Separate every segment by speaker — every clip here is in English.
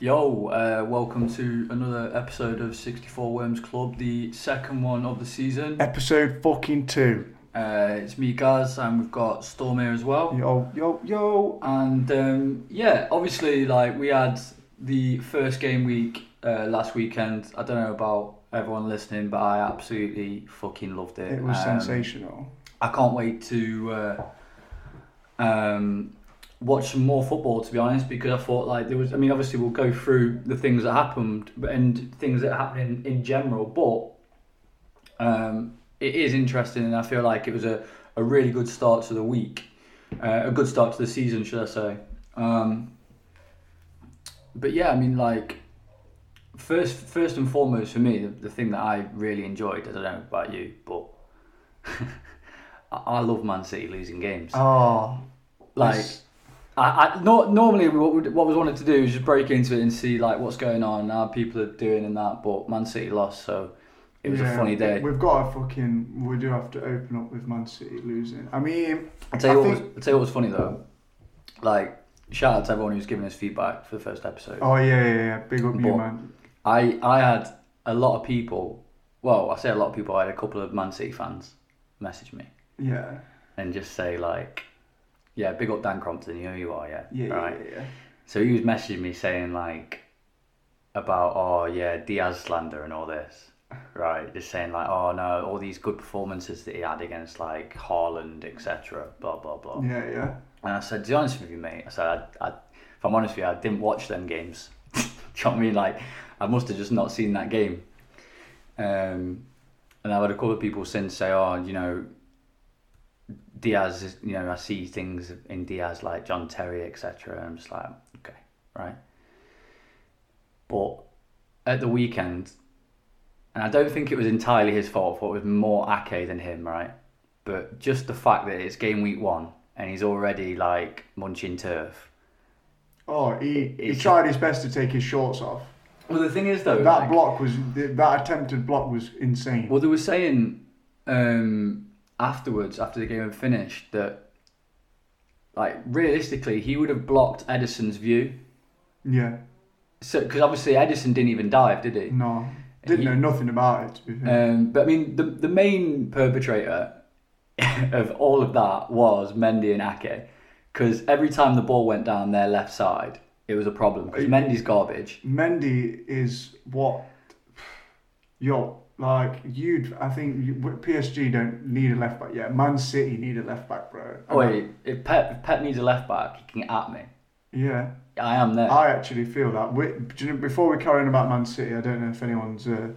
Speaker 1: Yo, uh, welcome to another episode of 64 Worms Club, the second one of the season.
Speaker 2: Episode fucking two.
Speaker 1: Uh, it's me, Gaz, and we've got Storm here as well.
Speaker 2: Yo, yo, yo.
Speaker 1: And um, yeah, obviously, like we had the first game week uh, last weekend. I don't know about everyone listening, but I absolutely fucking loved it.
Speaker 2: It was
Speaker 1: Um,
Speaker 2: sensational.
Speaker 1: I can't wait to uh, um, watch some more football, to be honest, because I thought like there was. I mean, obviously we'll go through the things that happened but- and things that happened in, in general, but um, it is interesting, and I feel like it was a, a really good start to the week, uh, a good start to the season, should I say? Um, but yeah, I mean, like first first and foremost for me, the, the thing that I really enjoyed. I don't know about you, but I, I love Man City losing games.
Speaker 2: Oh,
Speaker 1: like I, I nor normally what we, what we wanted to do is just break into it and see like what's going on and how people are doing and that. But Man City lost, so it was a funny day.
Speaker 2: We've got to fucking. We do have to open up with Man City losing. I mean,
Speaker 1: I'll tell you
Speaker 2: I
Speaker 1: what.
Speaker 2: think-
Speaker 1: Was, I'll tell you what was funny though. Like shout out to everyone who's giving us feedback for the first episode.
Speaker 2: oh yeah, yeah, yeah. Big up
Speaker 1: But-
Speaker 2: you, man.
Speaker 1: I I had a lot of people. Well, I say a lot of people. I had a couple of Man City fans message me
Speaker 2: Yeah,
Speaker 1: and just say like, "Yeah, big up Dan Crompton. You know who you are, yeah,
Speaker 2: yeah,
Speaker 1: right."
Speaker 2: yeah, yeah.
Speaker 1: So he was messaging me saying like about oh yeah Diaz slander and all this, right? Just saying like oh no all these good performances that he had against like Haaland etc. Blah blah blah.
Speaker 2: Yeah, yeah. yeah.
Speaker 1: And I said to be honest with you mate, I said I, I, if I'm honest with you I didn't watch them games. Do you know what I mean? Like I must have just not seen that game. Um, and I've had a couple of people since say oh you know Diaz is, you know I see things in Diaz like John Terry etc. And I'm just like okay right? But at the weekend, and I don't think it was entirely his fault, for it was more Ake than him, right? But just the fact that it's game week one and he's already like munching turf.
Speaker 2: Oh, he, he
Speaker 1: It's-
Speaker 2: tried his best to take his shorts off.
Speaker 1: Well, the thing is though,
Speaker 2: That
Speaker 1: like-
Speaker 2: block was that attempted block was insane.
Speaker 1: Well, they were saying um, afterwards, after the game had finished, that like realistically, he would have blocked Edison's view.
Speaker 2: Yeah,
Speaker 1: So, because obviously Edison didn't even dive, did he?
Speaker 2: no, didn't
Speaker 1: He-
Speaker 2: know nothing about it. To be fair,
Speaker 1: Um, but I mean, the the main perpetrator of all of that was Mendy and Ake, because every time the ball went down their left side, it was a problem. Because Mendy's garbage.
Speaker 2: Mendy is what yo like you'd I think you, PSG don't need a left back yet. Man City need a left back, bro. And
Speaker 1: Oh wait, if Pep, if Pep needs a left back, he can at me.
Speaker 2: Yeah,
Speaker 1: I am there.
Speaker 2: I actually feel that. We, do you know, before we carry on about Man City, I don't know if anyone's. Uh,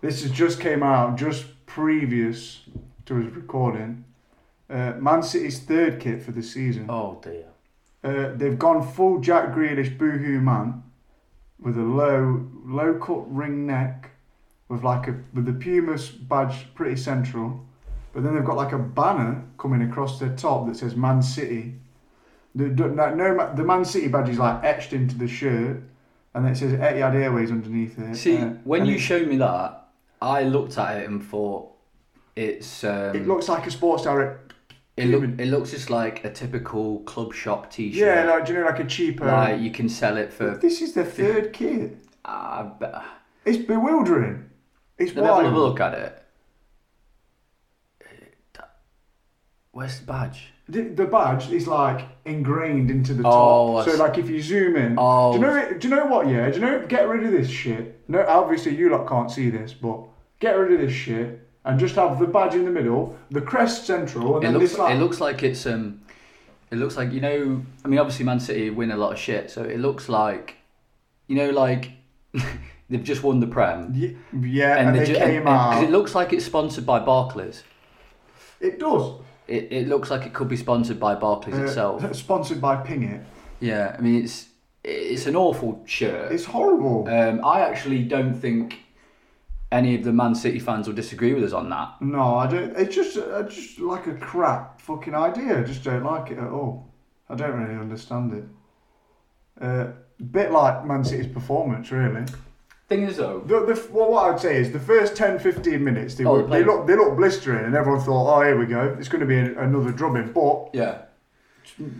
Speaker 2: this has just came out just previous to his recording. Uh, Man City's third kit for the season.
Speaker 1: oh dear.
Speaker 2: Uh, they've gone full Jack Grealish boohoo man with a low low cut ring neck with like a with the Pumas badge pretty central. But then they've got like a banner coming across their top that says Man City. The, the, no, no, ma- the Man City badge is like etched into the shirt, and it says Etihad Airways underneath it.
Speaker 1: See,
Speaker 2: Uh,
Speaker 1: when
Speaker 2: and
Speaker 1: you
Speaker 2: it,
Speaker 1: showed me that, I looked at it and thought, it's um,
Speaker 2: it looks like a Sports Direct.
Speaker 1: it, look, it looks just like a typical club shop T-shirt.
Speaker 2: Yeah, like do you know like a cheaper.
Speaker 1: like you can sell it for.
Speaker 2: this is their third kit.
Speaker 1: Uh, but-
Speaker 2: It's bewildering. It's
Speaker 1: Let me have
Speaker 2: wild.
Speaker 1: a little look at it. Where's the badge?
Speaker 2: The, the badge is like ingrained into the
Speaker 1: Oh, I
Speaker 2: top. So
Speaker 1: see.
Speaker 2: like if you zoom in,
Speaker 1: Oh.
Speaker 2: do you know it- do you know what? Yeah, do you know? Get rid of this shit. No, obviously you lot can't see this, but get rid of this shit and just have the badge in the middle, the crest central, and
Speaker 1: It
Speaker 2: then
Speaker 1: looks,
Speaker 2: this like
Speaker 1: it looks like it's um, it looks like you know. I mean, obviously, Man City win a lot of shit, so it looks like, you know, like they've just won the Prem,
Speaker 2: Ye- yeah, and,
Speaker 1: they
Speaker 2: they
Speaker 1: ju-
Speaker 2: came
Speaker 1: and- and- 'cause
Speaker 2: out.
Speaker 1: it looks like it's sponsored by Barclays.
Speaker 2: it does.
Speaker 1: It, it looks like it could be sponsored by Barclays
Speaker 2: Uh,
Speaker 1: itself.
Speaker 2: sponsored by Ping It.
Speaker 1: Yeah, I mean, it's it's an awful shirt.
Speaker 2: It's horrible.
Speaker 1: Um, I actually don't think any of the Man City fans will disagree with us on that.
Speaker 2: no, I don't. It's just uh, just like a crap fucking idea. I just don't like it at all. I don't really understand it. Uh, bit like Man City's performance, really.
Speaker 1: Thing is, though,
Speaker 2: The, the, well, what I'd say is the first 10, 15 minutes they,
Speaker 1: Oh,
Speaker 2: were,
Speaker 1: the
Speaker 2: they
Speaker 1: play-
Speaker 2: look they look blistering, and everyone thought, "Oh, here we go, it's going to be an, another drubbing." But
Speaker 1: yeah,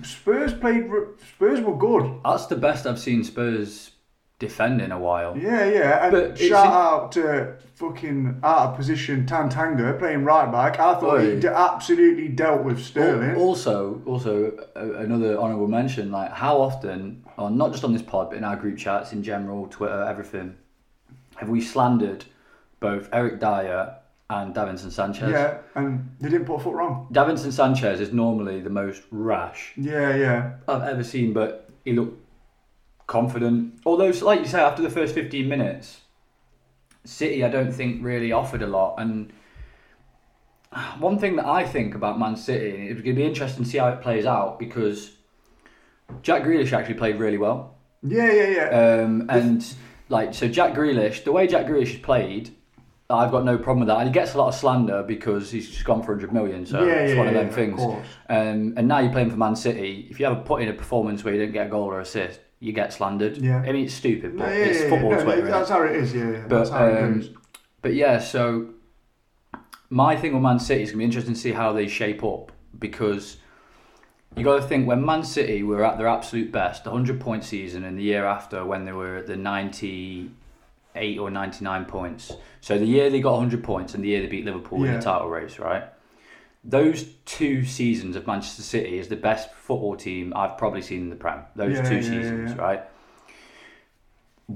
Speaker 2: Spurs played, r- Spurs were good.
Speaker 1: that's the best I've seen Spurs defend in a while.
Speaker 2: Yeah, yeah. And
Speaker 1: But it's
Speaker 2: shout
Speaker 1: in-
Speaker 2: out to fucking out of position Tantanga playing right back. I thought
Speaker 1: Oi.
Speaker 2: he d- absolutely dealt with Sterling.
Speaker 1: Al- Also, also uh, another honourable mention. Like, how often, or not just on this pod, but in our group chats in general, Twitter, everything, have we slandered both Eric Dyer and Davinson Sanchez?
Speaker 2: yeah, and they didn't put a foot wrong.
Speaker 1: Davinson Sanchez is normally the most rash
Speaker 2: Yeah, yeah.
Speaker 1: I've ever seen, but he looked confident. Although, so like you say, after the first 15 minutes, City, I don't think, really offered a lot. And one thing that I think about Man City, and it's going to be interesting to see how it plays out because Jack Grealish actually played really well.
Speaker 2: Yeah, yeah, yeah.
Speaker 1: Um, and, like, so Jack Grealish, the way Jack Grealish has played, I've got no problem with that. And he gets a lot of slander because he's just gone for 100 million, so
Speaker 2: yeah,
Speaker 1: it's
Speaker 2: yeah,
Speaker 1: one of
Speaker 2: yeah,
Speaker 1: them things.
Speaker 2: course.
Speaker 1: Um, and now you're playing for Man City. If you ever put in a performance where you don't get a goal or assist, you get slandered.
Speaker 2: Yeah.
Speaker 1: I mean, it's stupid,
Speaker 2: No,
Speaker 1: but
Speaker 2: yeah,
Speaker 1: it's
Speaker 2: yeah, yeah.
Speaker 1: football
Speaker 2: No,
Speaker 1: Twitter. innit?
Speaker 2: that's how it is. Yeah, yeah.
Speaker 1: But,
Speaker 2: that's how it
Speaker 1: um,
Speaker 2: goes.
Speaker 1: But yeah, so my thing with Man City is going to be interesting to see how they shape up because you got to think when Man City were at their absolute best, the 100 point season, and the year after when they were at the 98 or 99 points. So the year they got 100 points and the year they beat Liverpool in
Speaker 2: Yeah.
Speaker 1: the title race, right? Those two seasons of Manchester City is the best football team I've probably seen in the Prem. Those
Speaker 2: Yeah,
Speaker 1: two
Speaker 2: yeah, yeah,
Speaker 1: seasons,
Speaker 2: yeah.
Speaker 1: right?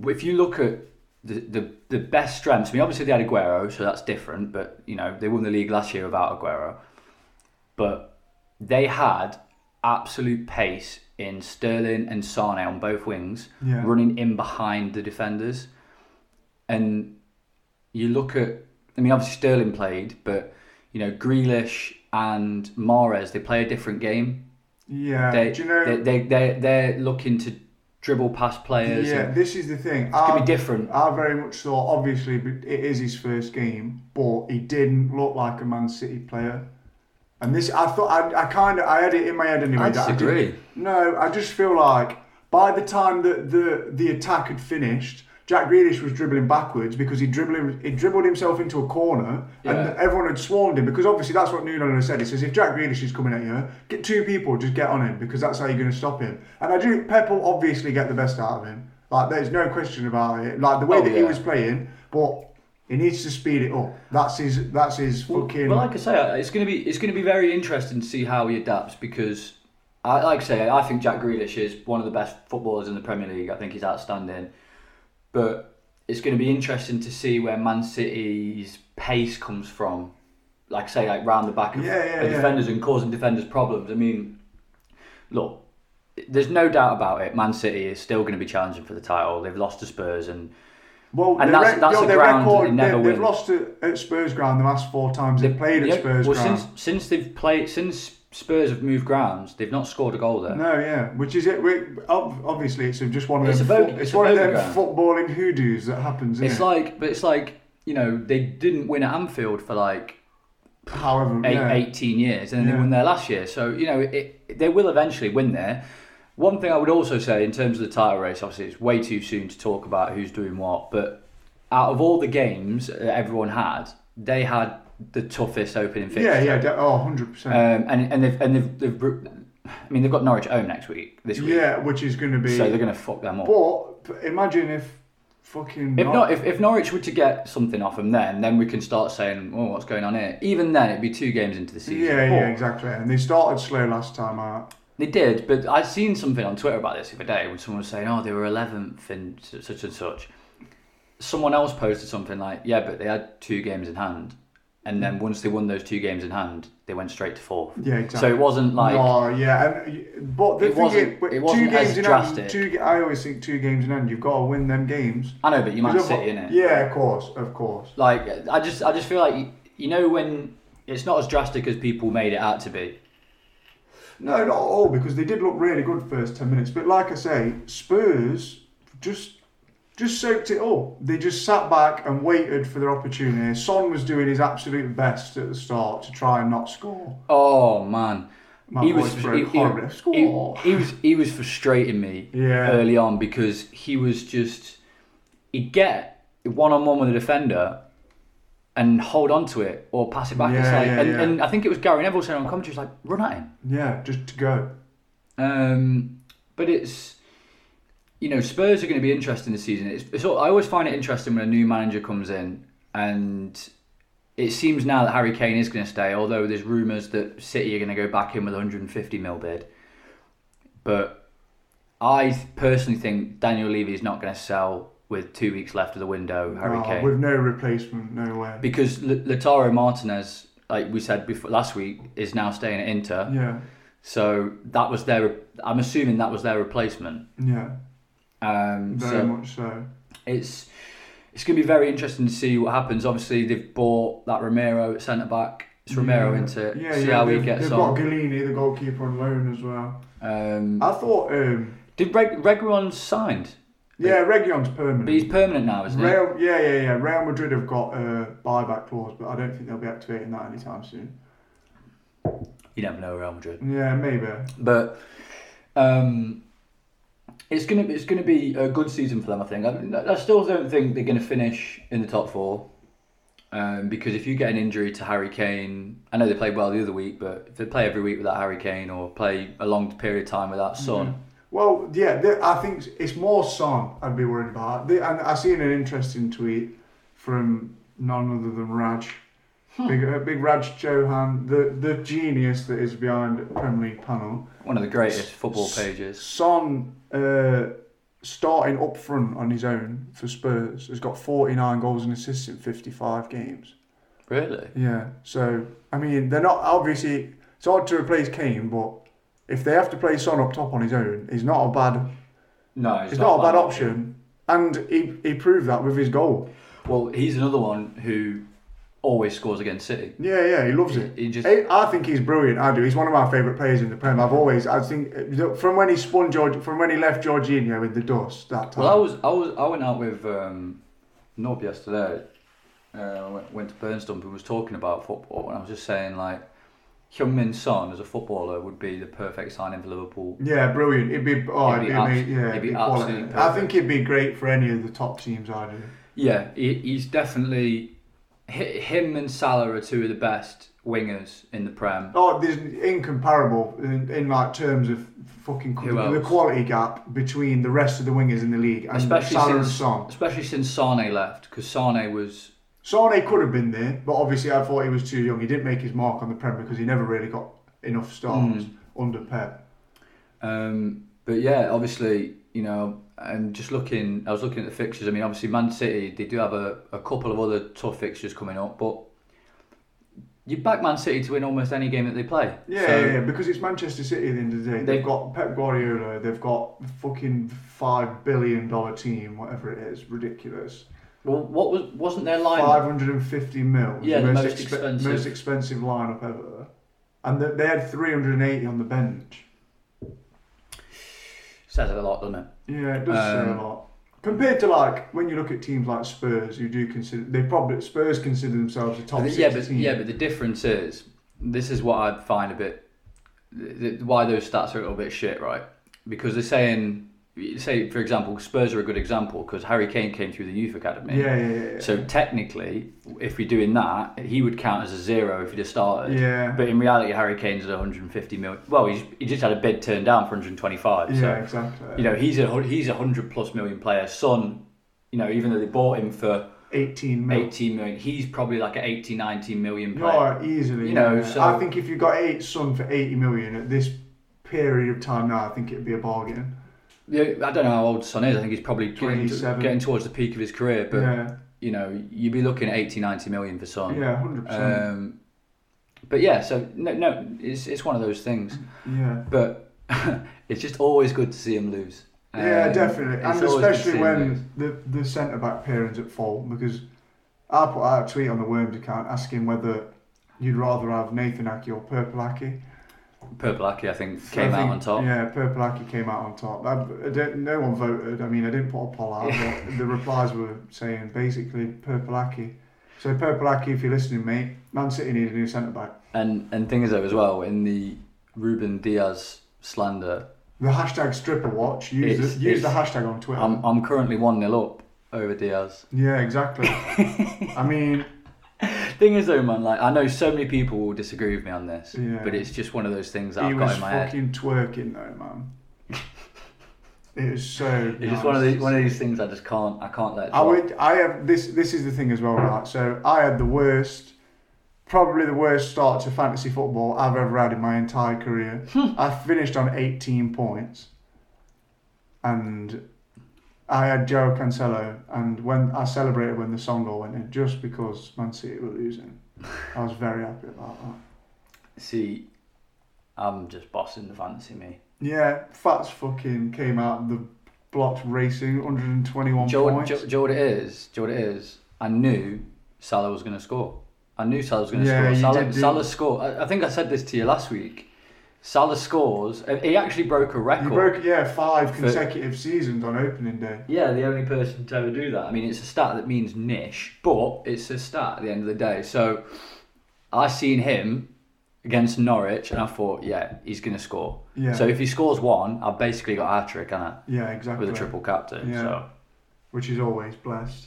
Speaker 1: If you look at the, the the best strengths. I mean, obviously they had Aguero, so that's different. But you know, they won the league last year without Aguero. But they had absolute pace in Sterling and Sane on both wings,
Speaker 2: Yeah.
Speaker 1: running in behind the defenders. And you look at, I mean, obviously Sterling played, but you know, Grealish and Mares, they play a different game.
Speaker 2: Yeah.
Speaker 1: They,
Speaker 2: Do you know?
Speaker 1: they, they, they, they're looking to dribble past players.
Speaker 2: yeah.
Speaker 1: and
Speaker 2: This is the thing.
Speaker 1: it's going
Speaker 2: I,
Speaker 1: to be different.
Speaker 2: I very much thought. Obviously, but it is his first game, but he didn't look like a Man City player. And this, I thought, I, I kind of, I had it in my head anyway.
Speaker 1: I
Speaker 2: that did-
Speaker 1: disagree.
Speaker 2: no, I just feel like by the time that the the attack had finished. Jack Grealish was dribbling backwards because he dribbling he dribbled himself into a corner
Speaker 1: Yeah.
Speaker 2: and everyone had swarmed him because obviously that's what Nuno said. He says if Jack Grealish is coming at you, get two people, just get on him because that's how you're going to stop him. And I do. Pep will obviously get the best out of him. Like there's no question about it. Like the way
Speaker 1: Oh,
Speaker 2: that he
Speaker 1: yeah.
Speaker 2: was playing, but he needs to speed it up. That's his. That's his fucking.
Speaker 1: Well, like I say, it's going to be it's going to be very interesting to see how he adapts because, I, like I say, I think Jack Grealish is one of the best footballers in the Premier League. I think he's outstanding, but it's going to be interesting to see where Man City's pace comes from. Like I say, like round the back of,
Speaker 2: Yeah, yeah,
Speaker 1: of
Speaker 2: yeah.
Speaker 1: defenders and causing defenders problems. I mean, look, there's no doubt about it. Man City is still going to be challenging for the title. They've lost to Spurs and.
Speaker 2: Well,
Speaker 1: And
Speaker 2: their
Speaker 1: that's-
Speaker 2: rec-
Speaker 1: that's
Speaker 2: yo,
Speaker 1: a
Speaker 2: their
Speaker 1: ground that
Speaker 2: record,
Speaker 1: they never
Speaker 2: have
Speaker 1: win.
Speaker 2: lost to, at Spurs ground the last four times they've played at
Speaker 1: Yeah,
Speaker 2: Spurs
Speaker 1: well,
Speaker 2: ground.
Speaker 1: since since they've played since Spurs have moved grounds, they've not scored a goal there.
Speaker 2: no, yeah, which is it. We, ob- obviously, it's just one of
Speaker 1: It's
Speaker 2: them.
Speaker 1: a bog-
Speaker 2: fut-
Speaker 1: it's
Speaker 2: it's
Speaker 1: a
Speaker 2: one of them
Speaker 1: bogey ground.
Speaker 2: footballing hoodoos that happens. Isn't
Speaker 1: It's
Speaker 2: it?
Speaker 1: like, but it's like you know they didn't win at Anfield for like
Speaker 2: however,
Speaker 1: eight,
Speaker 2: yeah.
Speaker 1: 18 years, and then they
Speaker 2: Yeah.
Speaker 1: won there last year. So you know it, they will eventually win there. One thing I would also say in terms of the title race, obviously it's way too soon to talk about who's doing what, but out of all the games that everyone had, they had the toughest opening fixture.
Speaker 2: yeah, yeah, de- oh, 100 percent.
Speaker 1: Um, and and they've and they've, they've br- I mean they've got Norwich at home next week this week,
Speaker 2: Yeah, which is going to be.
Speaker 1: so they're going to fuck them up.
Speaker 2: but p- imagine if fucking.
Speaker 1: If
Speaker 2: Nor-
Speaker 1: not, if, if Norwich were to get something off them, then then we can start saying, "Oh, what's going on here?" Even then, it'd be two games into the season.
Speaker 2: yeah,
Speaker 1: But
Speaker 2: yeah, exactly. And they started slow last time uh, out.
Speaker 1: They did, but I'd seen something on Twitter about this the other day when someone was saying, "Oh, they were eleventh and su- such and such." Someone else posted something like, "Yeah, but they had two games in hand, and then once they won those two games in hand, they went straight to fourth.
Speaker 2: Yeah, exactly.
Speaker 1: So it wasn't like
Speaker 2: no, yeah, and but the
Speaker 1: It
Speaker 2: thing
Speaker 1: wasn't-
Speaker 2: is, but
Speaker 1: it wasn't
Speaker 2: two games
Speaker 1: as
Speaker 2: in
Speaker 1: drastic.
Speaker 2: Hand, two, ga- I always think two games in hand. You've got to win them games.
Speaker 1: I know, but you Man
Speaker 2: Because
Speaker 1: City in
Speaker 2: of-
Speaker 1: it.
Speaker 2: Yeah, of course, of course.
Speaker 1: Like I just I just feel like you know when it's not as drastic as people made it out to be.
Speaker 2: No, not at all, because they did look really good first ten minutes. But like I say, Spurs just just soaked it up. They just sat back and waited for their opportunity. Son was doing his absolute best at the start to try and not score.
Speaker 1: Oh man.
Speaker 2: My
Speaker 1: he was he,
Speaker 2: voice broke horribly.
Speaker 1: he-
Speaker 2: Score.
Speaker 1: he was he was frustrating me
Speaker 2: Yeah.
Speaker 1: early on because he was just he'd get one on one with a defender and hold on to it or pass it back. it's
Speaker 2: Yeah,
Speaker 1: like,
Speaker 2: yeah,
Speaker 1: and,
Speaker 2: yeah.
Speaker 1: and I think it was Gary Neville saying on commentary, he's like, run at him.
Speaker 2: Yeah, just to go.
Speaker 1: Um, but it's you know, Spurs are going to be interesting this season. It's, it's all, I always find it interesting when a new manager comes in, and it seems now that Harry Kane is going to stay. Although there's rumours that City are going to go back in with 150 mil bid, but I personally think Daniel Levy is not going to sell with two weeks left of the window. Harry
Speaker 2: Oh,
Speaker 1: Kane
Speaker 2: with no replacement, no way.
Speaker 1: because L- Lautaro Martinez, like we said before last week, is now staying at Inter.
Speaker 2: Yeah,
Speaker 1: So that was their. I'm assuming that was their replacement.
Speaker 2: yeah,
Speaker 1: Um,
Speaker 2: very
Speaker 1: so
Speaker 2: much so.
Speaker 1: it's it's going to be very interesting to see what happens. Obviously, they've bought that Romero at centre back. It's Romero
Speaker 2: yeah.
Speaker 1: into
Speaker 2: yeah,
Speaker 1: see
Speaker 2: yeah,
Speaker 1: how he
Speaker 2: they've-
Speaker 1: gets
Speaker 2: They've
Speaker 1: on.
Speaker 2: got Galini, the goalkeeper, on loan as well.
Speaker 1: Um,
Speaker 2: I thought, um,
Speaker 1: did Reg- Reguilon signed?
Speaker 2: yeah, Reguilon's
Speaker 1: But
Speaker 2: permanent.
Speaker 1: he's permanent now, isn't he?
Speaker 2: Real, yeah, yeah, yeah. Real Madrid have got a buyback clause, but I don't think they'll be activating that anytime soon.
Speaker 1: You never know Real Madrid.
Speaker 2: Yeah, maybe.
Speaker 1: But um, it's gonna it's gonna be a good season for them. I think. I, I still don't think they're gonna finish in the top four. Um, because if you get an injury to Harry Kane, I know they played well the other week, but if they play every week without Harry Kane or play a long period of time without Son,
Speaker 2: Mm-hmm. Well, yeah, th I think it's more Son I'd be worried about. They, and I seen an interesting tweet from none other than Raj, big, uh, big Raj Johan, the the genius that is behind Premier League panel.
Speaker 1: one of the greatest football
Speaker 2: S-
Speaker 1: pages.
Speaker 2: Son uh, starting up front on his own for Spurs has got 49 goals and assists in 55 games.
Speaker 1: Really?
Speaker 2: Yeah. So I mean, they're not obviously. It's hard to replace Kane, but if they have to play Son up top on his own, he's not a bad.
Speaker 1: No, it's,
Speaker 2: It's not, a bad option, and he he proved that with his goal.
Speaker 1: Well, he's another one who always scores against City.
Speaker 2: Yeah, yeah, he loves it.
Speaker 1: He just
Speaker 2: I I think he's brilliant. I do. He's one of my favourite players in the Prem. I've always, I think, from when he spun George, from when he left Jorginho in the dust that time.
Speaker 1: Well, I was, I was, I went out with um, Nob yesterday. Uh, I went, went to Burnstump and was talking about football, and I was just saying like, Heung-Min Son as a footballer would be the perfect signing for Liverpool.
Speaker 2: yeah, brilliant. It'd be, oh,
Speaker 1: He'd
Speaker 2: it'd
Speaker 1: be
Speaker 2: be,
Speaker 1: abs-
Speaker 2: yeah,
Speaker 1: he'd be
Speaker 2: quality.
Speaker 1: absolutely
Speaker 2: I think it'd be great for any of the top teams. I do.
Speaker 1: Yeah, he, he's definitely hi- him and Salah are two of the best wingers in the Prem.
Speaker 2: Oh, there's incomparable in, in like terms of fucking
Speaker 1: Who
Speaker 2: the
Speaker 1: else?
Speaker 2: quality gap between the rest of the wingers in the league and
Speaker 1: Especially
Speaker 2: Salah and
Speaker 1: since-
Speaker 2: Son.
Speaker 1: Especially since Sane left, because Sane was
Speaker 2: Sane could have been there, but obviously I thought he was too young. He didn't make his mark on the Prem because he never really got enough starts
Speaker 1: Mm.
Speaker 2: under Pep.
Speaker 1: Um, but yeah, obviously, you know, and just looking, I was looking at the fixtures. I mean, obviously, Man City they do have a, a couple of other tough fixtures coming up, but you back Man City to win almost any game that they play.
Speaker 2: Yeah,
Speaker 1: So,
Speaker 2: yeah, yeah, because it's Manchester City at the end of the day. They've
Speaker 1: They've-
Speaker 2: got Pep Guardiola. They've got fucking five billion dollar team, whatever it is, ridiculous.
Speaker 1: Well, what was wasn't their line?
Speaker 2: Five hundred and fifty mil. was
Speaker 1: Yeah, the
Speaker 2: most,
Speaker 1: most
Speaker 2: expe-
Speaker 1: expensive.
Speaker 2: most expensive lineup ever, and th- they had three hundred and eighty on the bench.
Speaker 1: Says it a lot, doesn't it?
Speaker 2: Yeah, it does say a
Speaker 1: Um,
Speaker 2: lot compared to like when you look at teams like Spurs, who do consider they probably Spurs consider themselves a top
Speaker 1: But the-
Speaker 2: six
Speaker 1: yeah, but
Speaker 2: team.
Speaker 1: yeah, but the difference is this is what I find a bit th- th- why those stats are a little bit shit, right? Because they're saying, say for example, Spurs are a good example because Harry Kane came through the youth academy.
Speaker 2: yeah, yeah, yeah, yeah.
Speaker 1: So technically, if we're doing that, he would count as a zero if he'd have started.
Speaker 2: yeah.
Speaker 1: But in reality, Harry Kane's at 150 mil. Well, he's, he just had a bid turned down for 125.
Speaker 2: yeah,
Speaker 1: So
Speaker 2: exactly.
Speaker 1: you know he's a hun- he's a hundred plus million player. Son, you know even though they bought him for
Speaker 2: 18 mil.
Speaker 1: 18 million, he's probably like an 80, 90 million player.
Speaker 2: No, easily.
Speaker 1: You know,
Speaker 2: yeah.
Speaker 1: so-
Speaker 2: I think if you got eight Son for 80 million at this period of time now, I think it'd be a bargain.
Speaker 1: Yeah, I don't know how old Son is. I think he's probably getting,
Speaker 2: 27.
Speaker 1: getting towards the peak of his career. But
Speaker 2: yeah,
Speaker 1: you know you'd be looking at 80, 90 million for Son.
Speaker 2: yeah, 100%.
Speaker 1: Um, but yeah, so no, no, it's it's one of those things.
Speaker 2: yeah.
Speaker 1: but it's just always good to see him lose.
Speaker 2: Yeah,
Speaker 1: Um,
Speaker 2: definitely,
Speaker 1: it's
Speaker 2: and
Speaker 1: always good to see
Speaker 2: especially
Speaker 1: him lose.
Speaker 2: when the, the centre back pairing's at fault because I put out a tweet on the Worms account asking whether you'd rather have Nathan Aki or Purple Aki.
Speaker 1: Purple Aki, I think,
Speaker 2: So I
Speaker 1: came out
Speaker 2: think-
Speaker 1: on top.
Speaker 2: Yeah, Purple Aki came out on top. I, I don't, no one voted. I mean, I didn't put a poll out, but the replies were saying basically Purple Aki. So Purple Aki, if you're listening, mate, Man City need a new centre back.
Speaker 1: And and thing is though as well in the Ruben Diaz slander,
Speaker 2: The hashtag stripper watch. Use
Speaker 1: It's-
Speaker 2: the, use the
Speaker 1: it's-
Speaker 2: hashtag on Twitter.
Speaker 1: I'm I'm currently one 0 up over Diaz.
Speaker 2: yeah, exactly. I mean,
Speaker 1: Thing is though, man, like I know so many people will disagree with me on this,
Speaker 2: Yeah.
Speaker 1: but it's just one of those things that
Speaker 2: he
Speaker 1: I've got
Speaker 2: was
Speaker 1: in my head.
Speaker 2: fucking twerking though, man. It was so.
Speaker 1: It's just one of these one of these things I just can't I can't let.
Speaker 2: I
Speaker 1: drop.
Speaker 2: would. I have this. This is the thing as well, right? So I had the worst, probably the worst start to fantasy football I've ever had in my entire career. I finished on eighteen points, and I had Joe Cancelo. And when I celebrated when the song goal went in, just because Man City were losing, I was very happy about that.
Speaker 1: See, I'm just bossing the fantasy me.
Speaker 2: Yeah, Fats fucking came out of the blocks racing, 121
Speaker 1: Joe,
Speaker 2: points.
Speaker 1: Joe, Joe, what it is? Joe, what it is? I knew Salah was going to score. I knew Salah was going to
Speaker 2: Yeah, you
Speaker 1: score. Salah,
Speaker 2: did, didn't
Speaker 1: Salah
Speaker 2: you?
Speaker 1: scored. I, I think I said this to you last week. Salah scores. and He actually broke a record.
Speaker 2: You broke, yeah, five
Speaker 1: For-
Speaker 2: consecutive seasons on opening day.
Speaker 1: Yeah, the only person to ever do that. I mean, it's a stat that means niche, but it's a stat at the end of the day. So I seen him against Norwich, and I thought, yeah, he's going to score.
Speaker 2: Yeah,
Speaker 1: So if he scores one, I've basically got a hat trick, and
Speaker 2: yeah,
Speaker 1: I
Speaker 2: exactly.
Speaker 1: with a triple captain.
Speaker 2: Yeah.
Speaker 1: So.
Speaker 2: Which is always blessed.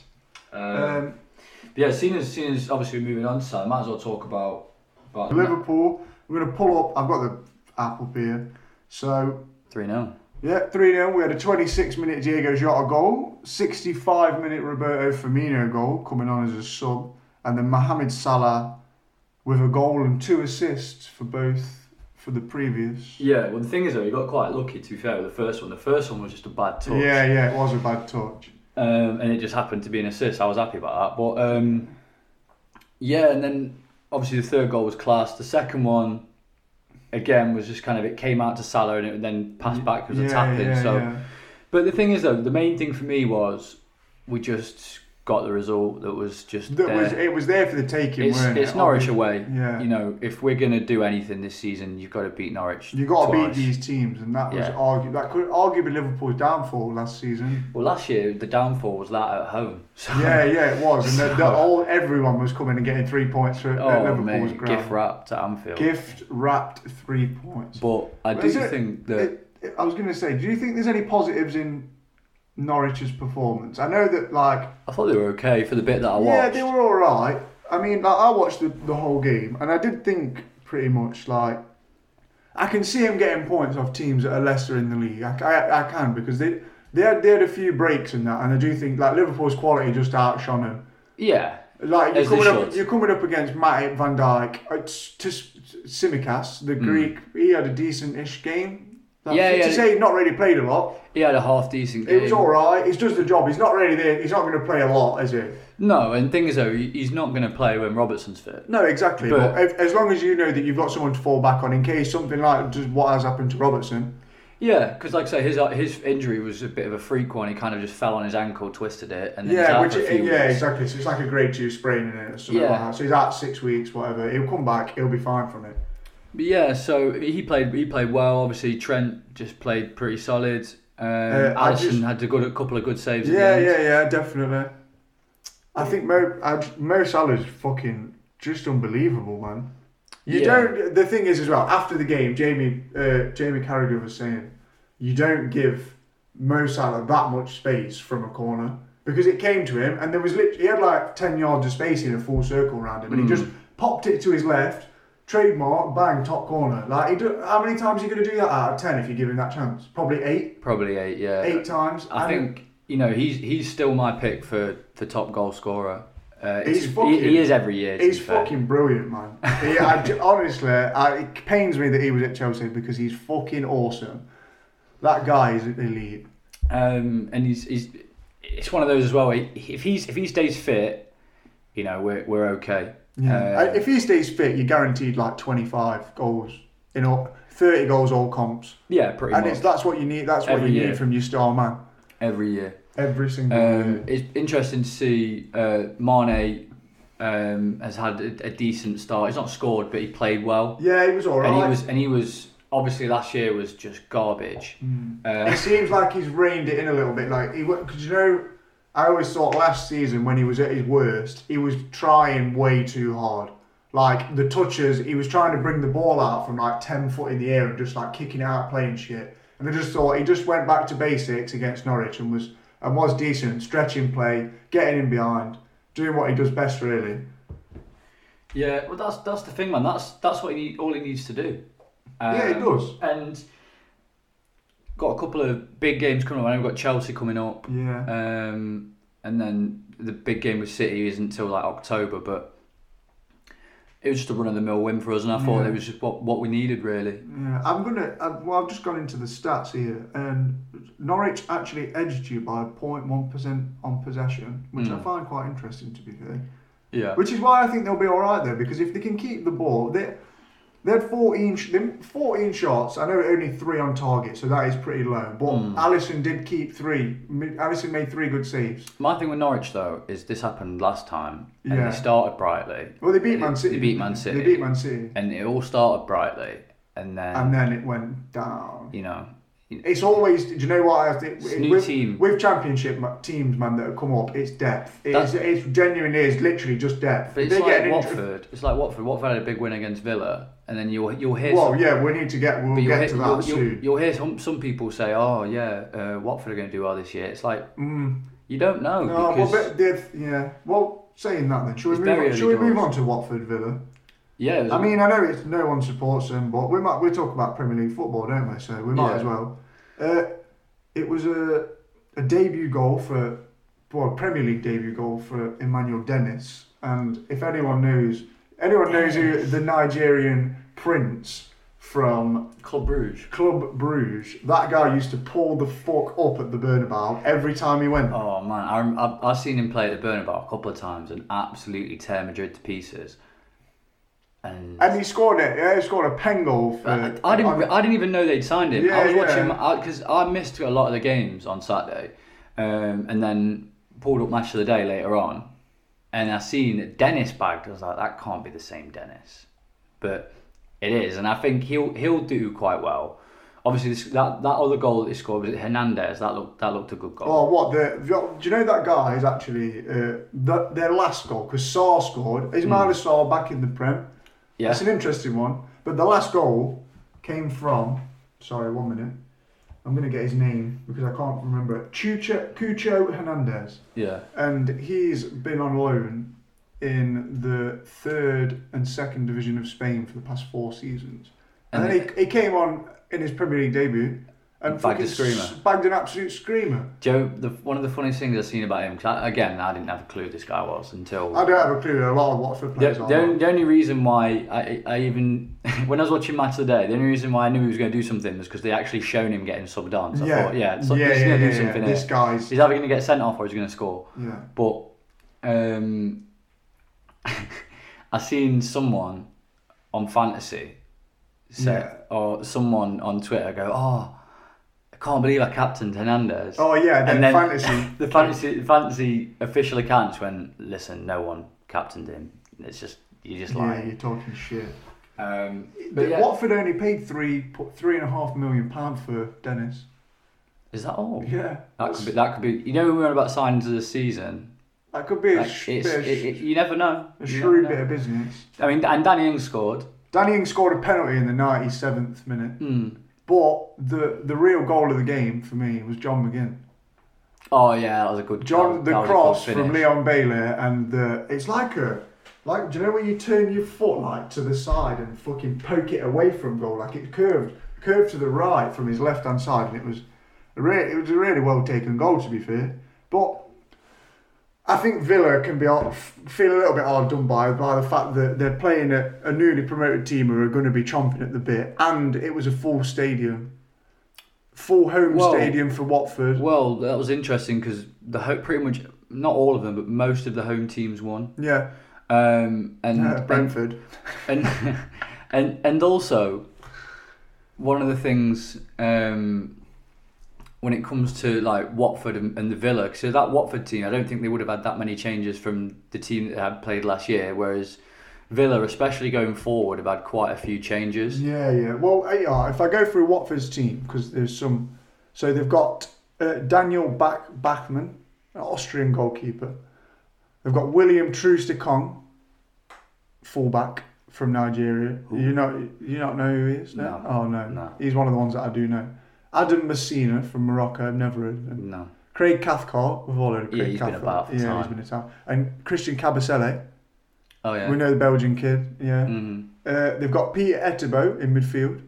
Speaker 1: Um,
Speaker 2: Um,
Speaker 1: but yeah, seeing as, seeing as obviously we're moving on to that, might as well talk about, about
Speaker 2: Liverpool, I'm going to pull up. I've got the app up here. So,
Speaker 1: 3 0.
Speaker 2: yeah, 3 0. We had a 26 minute Diego Jota goal, 65 minute Roberto Firmino goal coming on as a sub, and then Mohamed Salah with a goal and two assists for both for the previous.
Speaker 1: Yeah, well, the thing is, though, he got quite lucky, to be fair, with the first one. The first one was just a bad touch.
Speaker 2: Yeah, yeah, it was a bad touch.
Speaker 1: um, and it just happened to be an assist. I was happy about that. But um, yeah, and then obviously the third goal was class. The second one, again, was just kind of it came out to Salah and it then passed back as a
Speaker 2: yeah,
Speaker 1: tap in.
Speaker 2: yeah,
Speaker 1: so,
Speaker 2: yeah.
Speaker 1: but the thing is though, the main thing for me was we just got the result that was just
Speaker 2: That
Speaker 1: there.
Speaker 2: was, it was there for the taking,
Speaker 1: it's
Speaker 2: weren't
Speaker 1: it's
Speaker 2: it?
Speaker 1: Norwich
Speaker 2: Obvi-
Speaker 1: away.
Speaker 2: Yeah.
Speaker 1: You know, if we're gonna do anything this season, you've got to beat Norwich.
Speaker 2: You got to beat
Speaker 1: twice.
Speaker 2: these teams, and that was
Speaker 1: Yeah.
Speaker 2: argu- that could arguably Liverpool's downfall last season.
Speaker 1: Well, last year the downfall was that at home. So
Speaker 2: Yeah, yeah, it was, and that that
Speaker 1: So-
Speaker 2: all everyone was coming and getting three points for at
Speaker 1: oh
Speaker 2: Liverpool's
Speaker 1: mate, gift
Speaker 2: ground.
Speaker 1: wrapped at Anfield.
Speaker 2: Gift wrapped three points.
Speaker 1: But uh, I
Speaker 2: But
Speaker 1: do
Speaker 2: is it-
Speaker 1: think that
Speaker 2: It- it- I was going to say, do you think there's any positives in Norwich's performance? I know that like
Speaker 1: I thought they were okay for the bit that I watched.
Speaker 2: Yeah, they were all right. I mean, like, I watched the, the whole game, and I did think pretty much like I can see him getting points off teams that are lesser in the league. I, I, I can because they they had, they had a few breaks in that, and I do think like Liverpool's quality just outshone them.
Speaker 1: Yeah,
Speaker 2: Like you're
Speaker 1: As they
Speaker 2: coming, up,
Speaker 1: should.
Speaker 2: you're coming up against Matip, Van Dijk, uh, s- to s- Simicas, the Greek. He had a decent-ish game. Like,
Speaker 1: Hmm. Yeah,
Speaker 2: to
Speaker 1: yeah.
Speaker 2: say he not really played a lot.
Speaker 1: he had a half decent game.
Speaker 2: It was all right. He's does the job. He's not really there. He's not going to play a lot, is he?
Speaker 1: No, and thing is though, he- he's not going to play when Robertson's fit.
Speaker 2: No, exactly.
Speaker 1: But-
Speaker 2: But, if, as long as you know that you've got someone to fall back on in case something like just what has happened to Robertson.
Speaker 1: Yeah, because like I say, his his injury was a bit of a freak one. He kind of just fell on his ankle, twisted it, and then he's
Speaker 2: Yeah,
Speaker 1: out
Speaker 2: which
Speaker 1: for a
Speaker 2: yeah,
Speaker 1: few weeks.
Speaker 2: exactly. So it's like a grade two sprain in it or something
Speaker 1: Yeah.
Speaker 2: like that. So he's out six weeks, whatever. He'll come back. He'll be fine from it.
Speaker 1: But yeah, so he played he played well. Obviously, Trent just played pretty solid. Um,
Speaker 2: Uh, I
Speaker 1: Allison
Speaker 2: just-
Speaker 1: had a good a couple of good saves.
Speaker 2: Yeah,
Speaker 1: at the end.
Speaker 2: yeah, yeah, definitely. I think uh, Mo I, j- Mo Salah's fucking just unbelievable, man. You
Speaker 1: Yeah.
Speaker 2: don't. The thing is, as well, after the game, Jamie uh, Jamie Carragher was saying, you don't give Mo Salah that much space from a corner because it came to him and there was literally he had like ten yards of space in a full circle around him and he
Speaker 1: Mm.
Speaker 2: just popped it to his left. Trademark, bang, top corner. Like, he do, how many times are you going to do that out of ten if you give him that chance? Probably eight,
Speaker 1: probably eight. Yeah,
Speaker 2: eight times.
Speaker 1: Uh, I
Speaker 2: And-
Speaker 1: think you know he's he's still my pick for for top goal scorer. Uh,
Speaker 2: He's
Speaker 1: it's- he-
Speaker 2: fucking-
Speaker 1: he is every year. to
Speaker 2: He's
Speaker 1: be fair.
Speaker 2: fucking brilliant, man. He, I j- honestly, I, it pains me that he was at Chelsea because he's fucking awesome. That guy is elite.
Speaker 1: Um, and he's, he's it's one of those as well. he- If he's if he stays fit, you know we're we're okay.
Speaker 2: Yeah.
Speaker 1: Uh,
Speaker 2: if he stays fit, you're guaranteed like 25 goals in all, 30 goals all comps,
Speaker 1: Yeah, pretty
Speaker 2: and
Speaker 1: much
Speaker 2: it's that's what you need. That's what
Speaker 1: Every
Speaker 2: you
Speaker 1: year.
Speaker 2: need from your star man
Speaker 1: every year.
Speaker 2: every single
Speaker 1: Um,
Speaker 2: year.
Speaker 1: it's interesting to see uh, Mane um, has had a, a decent start. He's not scored, but he played well,
Speaker 2: Yeah, he was alright.
Speaker 1: and he was and he was obviously last year was just garbage. Uh,
Speaker 2: It seems like he's reined it in a little bit. Like he, because you know, I always thought last season when he was at his worst, he was trying way too hard. Like the touches, he was trying to bring the ball out from like ten foot in the air and just like kicking it out, playing shit. And I just thought he just went back to basics against Norwich and was and was decent, stretching play, getting in behind, doing what he does best really.
Speaker 1: yeah, well that's that's the thing, man. That's that's what he all he needs to do.
Speaker 2: yeah, he
Speaker 1: Um,
Speaker 2: does.
Speaker 1: And Um, got a couple of big games coming up. I know we've got Chelsea coming up,
Speaker 2: Yeah.
Speaker 1: um, and then the big game with City isn't until like October. But it was just a run of the mill win for us, and I thought
Speaker 2: Yeah.
Speaker 1: it was just what what we needed really.
Speaker 2: Yeah, I'm gonna. I've, well, I've just gone into the stats here, and Norwich actually edged you by 0.1 percent on possession, which I
Speaker 1: Hmm.
Speaker 2: find quite interesting to be fair.
Speaker 1: Yeah,
Speaker 2: Which is why I think they'll be all right though, because if they can keep the ball, they they had 14, sh- they- 14 shots. I know only three on target, so that is pretty low. But
Speaker 1: Hmm.
Speaker 2: Allison did keep three. Mi- Allison made three good saves.
Speaker 1: my thing with Norwich though is this happened last time, and
Speaker 2: Yeah.
Speaker 1: they started brightly,
Speaker 2: Well, they beat
Speaker 1: They-
Speaker 2: Man City.
Speaker 1: they beat Man City.
Speaker 2: They beat Man City,
Speaker 1: and it all started brightly, and then
Speaker 2: and then it went down.
Speaker 1: you know
Speaker 2: It's always, do you know what? I think
Speaker 1: It's a new
Speaker 2: with,
Speaker 1: team.
Speaker 2: with championship ma- teams, man, that have come up, it's depth. It's,
Speaker 1: That's-
Speaker 2: it's genuine. Is literally just depth.
Speaker 1: But it's
Speaker 2: They
Speaker 1: like
Speaker 2: an injury-
Speaker 1: Watford. It's like Watford. Watford had a big win against Villa, and then you'll you'll hear.
Speaker 2: Well, yeah, we need to get. We'll
Speaker 1: but you'll,
Speaker 2: get
Speaker 1: hear
Speaker 2: to that
Speaker 1: you'll,
Speaker 2: soon.
Speaker 1: you'll, you'll hear some, some people say, "Oh yeah, uh, Watford are going to do well this year." It's like
Speaker 2: Mm.
Speaker 1: you don't know
Speaker 2: No, well,
Speaker 1: because
Speaker 2: but they've- yeah. Well, saying that, then should we
Speaker 1: It's
Speaker 2: move
Speaker 1: very
Speaker 2: on,
Speaker 1: early
Speaker 2: should we move
Speaker 1: doors.
Speaker 2: on to Watford Villa?
Speaker 1: yeah, it was-
Speaker 2: I mean, I know it's no one supports them, but we might we talk about Premier League football, don't we? So we might
Speaker 1: Yeah.
Speaker 2: as well. Uh, it was a a debut goal for well, a Premier League debut goal for Emmanuel Dennis, and if anyone knows, anyone knows who the Nigerian prince from
Speaker 1: Club Bruges.
Speaker 2: Club Bruges, that guy used to pull the fuck up at the Bernabeu every time he went.
Speaker 1: Oh man, I, rem- I've, I've seen him play at the Bernabeu a couple of times and absolutely tear Madrid to pieces. And
Speaker 2: And he scored it. Yeah, he scored a pen goal for.
Speaker 1: I, I didn't.
Speaker 2: on-
Speaker 1: I didn't even know they'd signed him.
Speaker 2: Yeah,
Speaker 1: I was watching
Speaker 2: yeah.
Speaker 1: because I, missed a lot of the games on Saturday, um, and then pulled up match of the day later on, and I seen that Dennis bagged. I was like, that can't be the same Dennis, but it is, and I think he'll he'll do quite well. Obviously, this, that that other goal that he scored was it Hernandez. That looked that looked a good goal.
Speaker 2: Oh, what the? Do you know that guy is actually uh, that their last goal because Saar scored. Ismail Saar back in the Prem.
Speaker 1: Hmm. yeah,
Speaker 2: That's an interesting one. But the last goal came from. Sorry, one minute. I'm gonna get his name because I can't remember it. Chucho, Cucho Hernandez,
Speaker 1: yeah,
Speaker 2: and he's been on loan in the third and second division of Spain for the past four seasons. And,
Speaker 1: And
Speaker 2: then he, he came on in his Premier League debut and
Speaker 1: Bagged a
Speaker 2: fucking
Speaker 1: screamer.
Speaker 2: s- bagged an absolute screamer.
Speaker 1: Joe. The, one of the funniest things I've seen about him. Cause I, again, I didn't have a clue who this guy was until
Speaker 2: I don't have a clue. A lot of Watford
Speaker 1: The,
Speaker 2: players
Speaker 1: the,
Speaker 2: are.
Speaker 1: only- the only reason why I, I even when I was watching Match of the Day, the only reason why I knew he was going to do something was because they actually shown him getting subbed on. So I thought, yeah, so he's going to do something.
Speaker 2: This
Speaker 1: Here.
Speaker 2: guy's.
Speaker 1: He's either going to get sent off or he's going to score.
Speaker 2: Yeah.
Speaker 1: But um, I seen someone on fantasy say,
Speaker 2: Yeah.
Speaker 1: or someone on Twitter go, "Oh, I can't believe I captained Hernandez."
Speaker 2: Oh yeah, then,
Speaker 1: And then-
Speaker 2: fantasy.
Speaker 1: The fantasy fantasy official accounts went, "Listen, no one captained him. It's just you're just
Speaker 2: yeah,
Speaker 1: lying."
Speaker 2: you're talking shit.
Speaker 1: Um,
Speaker 2: But
Speaker 1: but yeah,
Speaker 2: Watford only paid three, put three and a half million pound for Dennis.
Speaker 1: is that all?
Speaker 2: Yeah,
Speaker 1: That could be. That could be. You know, when we were on about signings of the season.
Speaker 2: that could be a,
Speaker 1: like,
Speaker 2: sh-
Speaker 1: it's,
Speaker 2: bit of
Speaker 1: it,
Speaker 2: sh-
Speaker 1: it- you never know.
Speaker 2: a
Speaker 1: You never
Speaker 2: shrewd
Speaker 1: know.
Speaker 2: bit of business.
Speaker 1: I mean, and Danny Ings scored.
Speaker 2: Danny Ings scored a penalty in the 97th minute,
Speaker 1: Hmm.
Speaker 2: but the the real goal of the game for me was John McGinn.
Speaker 1: Oh yeah, that was a good. that
Speaker 2: John, the
Speaker 1: was a good
Speaker 2: cross from
Speaker 1: finish.
Speaker 2: Leon Bailey, and the, it's like a, like do you know when you turn your foot like to the side and fucking poke it away from goal, like it curved, curved to the right from his left hand side, and it was, a re- it was a really well taken goal to be fair, but. I think Villa can be hard, feel a little bit hard done by by the fact that they're playing a, a newly promoted team who are going to be chomping at the bit, and it was a full stadium, full home
Speaker 1: Well-
Speaker 2: stadium for Watford.
Speaker 1: Well, that was interesting because the ho- pretty much not all of them, but most of the home teams won.
Speaker 2: Yeah,
Speaker 1: Um, and,
Speaker 2: yeah, Brentford.
Speaker 1: and and and and also one of the things um, when it comes to like Watford and, and the Villa, so that Watford team, I don't think they would have had that many changes from the team that they had played last year. Whereas Villa, especially going forward, have had quite a few changes.
Speaker 2: Yeah, yeah. Well, eh, yeah, if I go through Watford's team, because there's some. So they've got uh, Daniel Bach, Bachman, an Austrian goalkeeper. They've got William Trooster-Kong, fullback from Nigeria.
Speaker 1: Who?
Speaker 2: You know, you not know who he is?
Speaker 1: No.
Speaker 2: Oh no.
Speaker 1: No.
Speaker 2: He's one of the ones that I do know. Adam Messina from Morocco. I've never heard of him.
Speaker 1: No,
Speaker 2: Craig Cathcart. We've all heard of
Speaker 1: Yeah,
Speaker 2: Craig
Speaker 1: he's been
Speaker 2: Cathcart.
Speaker 1: about for
Speaker 2: yeah, he's
Speaker 1: time.
Speaker 2: been a time. And Christian Cabasele.
Speaker 1: oh yeah,
Speaker 2: We know the Belgian kid. Yeah.
Speaker 1: Mhm.
Speaker 2: Uh, they've got Peter Etebo in midfield.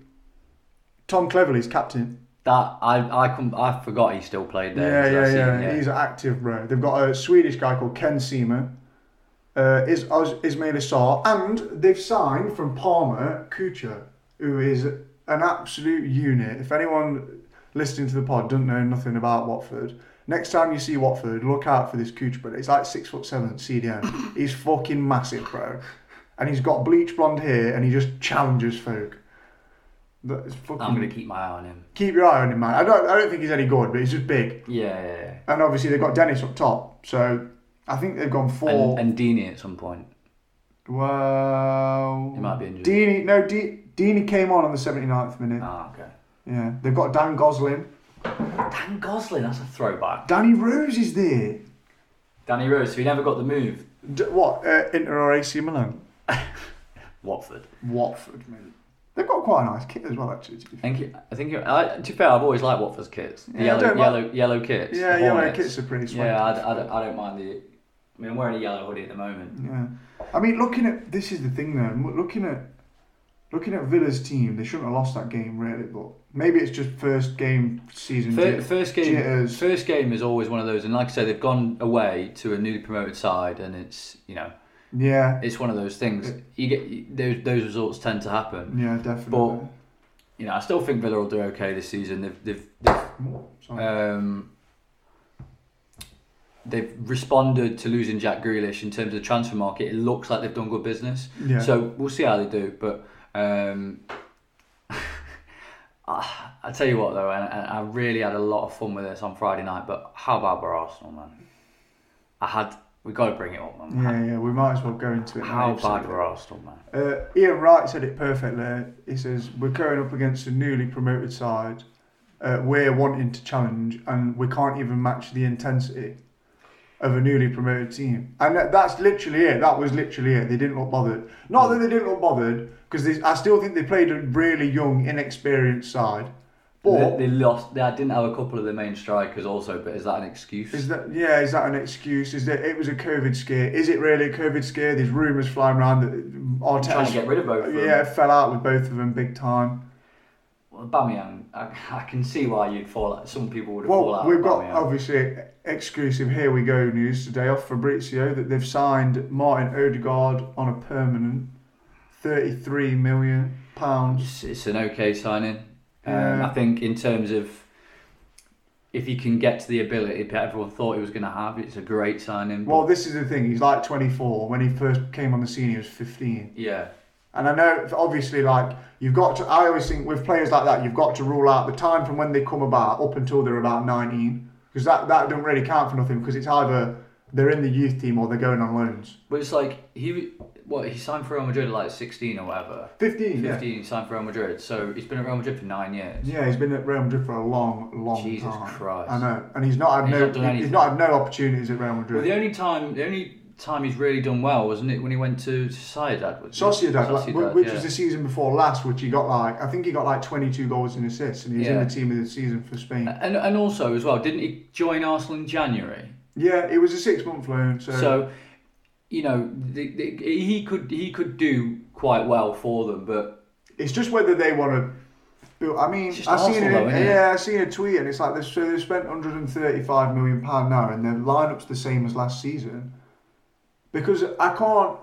Speaker 2: Tom Cleverley's captain.
Speaker 1: That I I com- I forgot he still played there.
Speaker 2: Yeah,
Speaker 1: until I
Speaker 2: yeah,
Speaker 1: seen
Speaker 2: yeah,
Speaker 1: him,
Speaker 2: He's active, bro. They've got a Swedish guy called Ken Seaman, uh, is Oz- Ismail Assar, and they've signed from Palmer Kucha, who is an absolute unit. If anyone listening to the pod doesn't know nothing about Watford, next time you see Watford, look out for this Kucha, but it's like six foot seven CDM. he's fucking massive, bro, and he's got bleach blonde hair, and he just challenges folk. That is fucking.
Speaker 1: I'm gonna keep my eye on him.
Speaker 2: Keep your eye on him, man. I don't. I don't think he's any good, but he's just big.
Speaker 1: Yeah, yeah, yeah.
Speaker 2: And obviously they've got Dennis up top, so I think they've gone
Speaker 1: And,
Speaker 2: four.
Speaker 1: and Dini at some point.
Speaker 2: well,
Speaker 1: He might be injured.
Speaker 2: Deeney, no, De- Deeney came on on the 79th minute.
Speaker 1: Ah, okay.
Speaker 2: Yeah, they've got Dan Gosling.
Speaker 1: Dan Gosling, that's a throwback.
Speaker 2: Danny Rose is there.
Speaker 1: Danny Rose, who never got the move.
Speaker 2: D- what? Uh, Inter or AC Milan?
Speaker 1: Watford.
Speaker 2: Watford, mate. They've got quite a nice kit as well, actually. To be
Speaker 1: I
Speaker 2: fair.
Speaker 1: think. It, I think. It, I, to be fair, I've always liked Watford's kits. The
Speaker 2: Yeah, I
Speaker 1: yellow,
Speaker 2: don't
Speaker 1: yellow, yellow kits.
Speaker 2: Yeah,
Speaker 1: the
Speaker 2: yellow
Speaker 1: Hornets.
Speaker 2: kits are pretty sweet.
Speaker 1: Yeah, I, d- I don't, I don't mind the. I mean, I'm wearing a yellow hoodie at the moment.
Speaker 2: Yeah, I mean, looking at this is the thing though. m- Looking at looking at Villa's team, they shouldn't have lost that game really, but maybe it's just first game season.
Speaker 1: First,
Speaker 2: jit-
Speaker 1: first game.
Speaker 2: Mm, jitters.
Speaker 1: First game is always one of those, and like I said, they've gone away to a newly promoted side, and it's you know
Speaker 2: Yeah,
Speaker 1: it's one of those things. You get you- those those results tend to happen.
Speaker 2: yeah, definitely.
Speaker 1: But you know, I still think Villa will do okay this season. They've they've, they've
Speaker 2: Sorry.
Speaker 1: um, they've responded to losing Jack Grealish in terms of the transfer market. It looks like they've done good business.
Speaker 2: yeah.
Speaker 1: So we'll see how they do. But um, I I tell you what, though, and, and I really had a lot of fun with this on Friday night. But how about we're Arsenal, man? I had we got to bring it up, man.
Speaker 2: yeah, yeah, we might as well go into it.
Speaker 1: How
Speaker 2: now, so-
Speaker 1: bad were Arsenal, man?
Speaker 2: Uh, Ian Wright said it perfectly. He says we're going up against a newly promoted side. Uh, we're wanting to challenge, and we can't even match the intensity of a newly promoted team. And that, that's literally it. That was literally it. They didn't look bothered. Not that they didn't look bothered, because I still think they played a really young, inexperienced side. But
Speaker 1: they, they lost. They didn't have a couple of the main strikers also. But is that an excuse?
Speaker 2: Is that yeah? Is that an excuse? Is that it was a COVID scare? Is it really a COVID scare? There's rumours flying around that
Speaker 1: trying to
Speaker 2: Arteta
Speaker 1: get rid of both. Of them.
Speaker 2: yeah fell out with both of them big time.
Speaker 1: Well, Bamiyang, I, I can see why you'd fall. out. Some people would have fallen
Speaker 2: Well,
Speaker 1: out.
Speaker 2: we've
Speaker 1: with
Speaker 2: got
Speaker 1: Bamiyang.
Speaker 2: obviously exclusive here we go news today off Fabrizio that they've signed Martin Odegaard on a permanent, thirty-three million pounds.
Speaker 1: It's, it's an okay signing. Um,
Speaker 2: Yeah.
Speaker 1: I think in terms of if he can get to the ability that everyone thought he was going to have, it's a great signing. but-
Speaker 2: Well, this is the thing. He's like twenty-four. When he first came on the scene, he was fifteen.
Speaker 1: yeah,
Speaker 2: And I know, obviously, like you've got to. I always think with players like that, you've got to rule out the time from when they come about up until they're about nineteen, because that that don't really count for nothing. Because it's either they're in the youth team or they're going on loans.
Speaker 1: but it's like he what he signed for Real Madrid at like sixteen or whatever.
Speaker 2: Fifteen. yeah.
Speaker 1: Fifteen, he signed for Real Madrid, so he's been at Real Madrid for nine years.
Speaker 2: Yeah, he's been at Real Madrid for a long, long
Speaker 1: Jesus
Speaker 2: time.
Speaker 1: Christ.
Speaker 2: I know, and he's not had
Speaker 1: He's
Speaker 2: no.
Speaker 1: not done
Speaker 2: he's not had no opportunities at Real Madrid.
Speaker 1: Well, the only time, the only time he's really done well, wasn't it, when he went to Sociedad? was it?
Speaker 2: Sociedad, like, wh- which was
Speaker 1: yeah.
Speaker 2: the season before last, which he got like I think he got like twenty-two goals and assists, and he's
Speaker 1: Yeah.
Speaker 2: in the team of the season for Spain.
Speaker 1: and and also as well, didn't he join Arsenal in January?
Speaker 2: yeah, it was a six-month loan,
Speaker 1: So, you know, the, the, he could he could do quite well for them, but
Speaker 2: It's just whether they want to. Build, I mean,
Speaker 1: It's just
Speaker 2: I seen
Speaker 1: Arsenal
Speaker 2: it.
Speaker 1: though, innit?
Speaker 2: yeah, I seen a tweet, and it's like they so they spent 135 million pound now, and their lineup's the same as last season. Because I can't,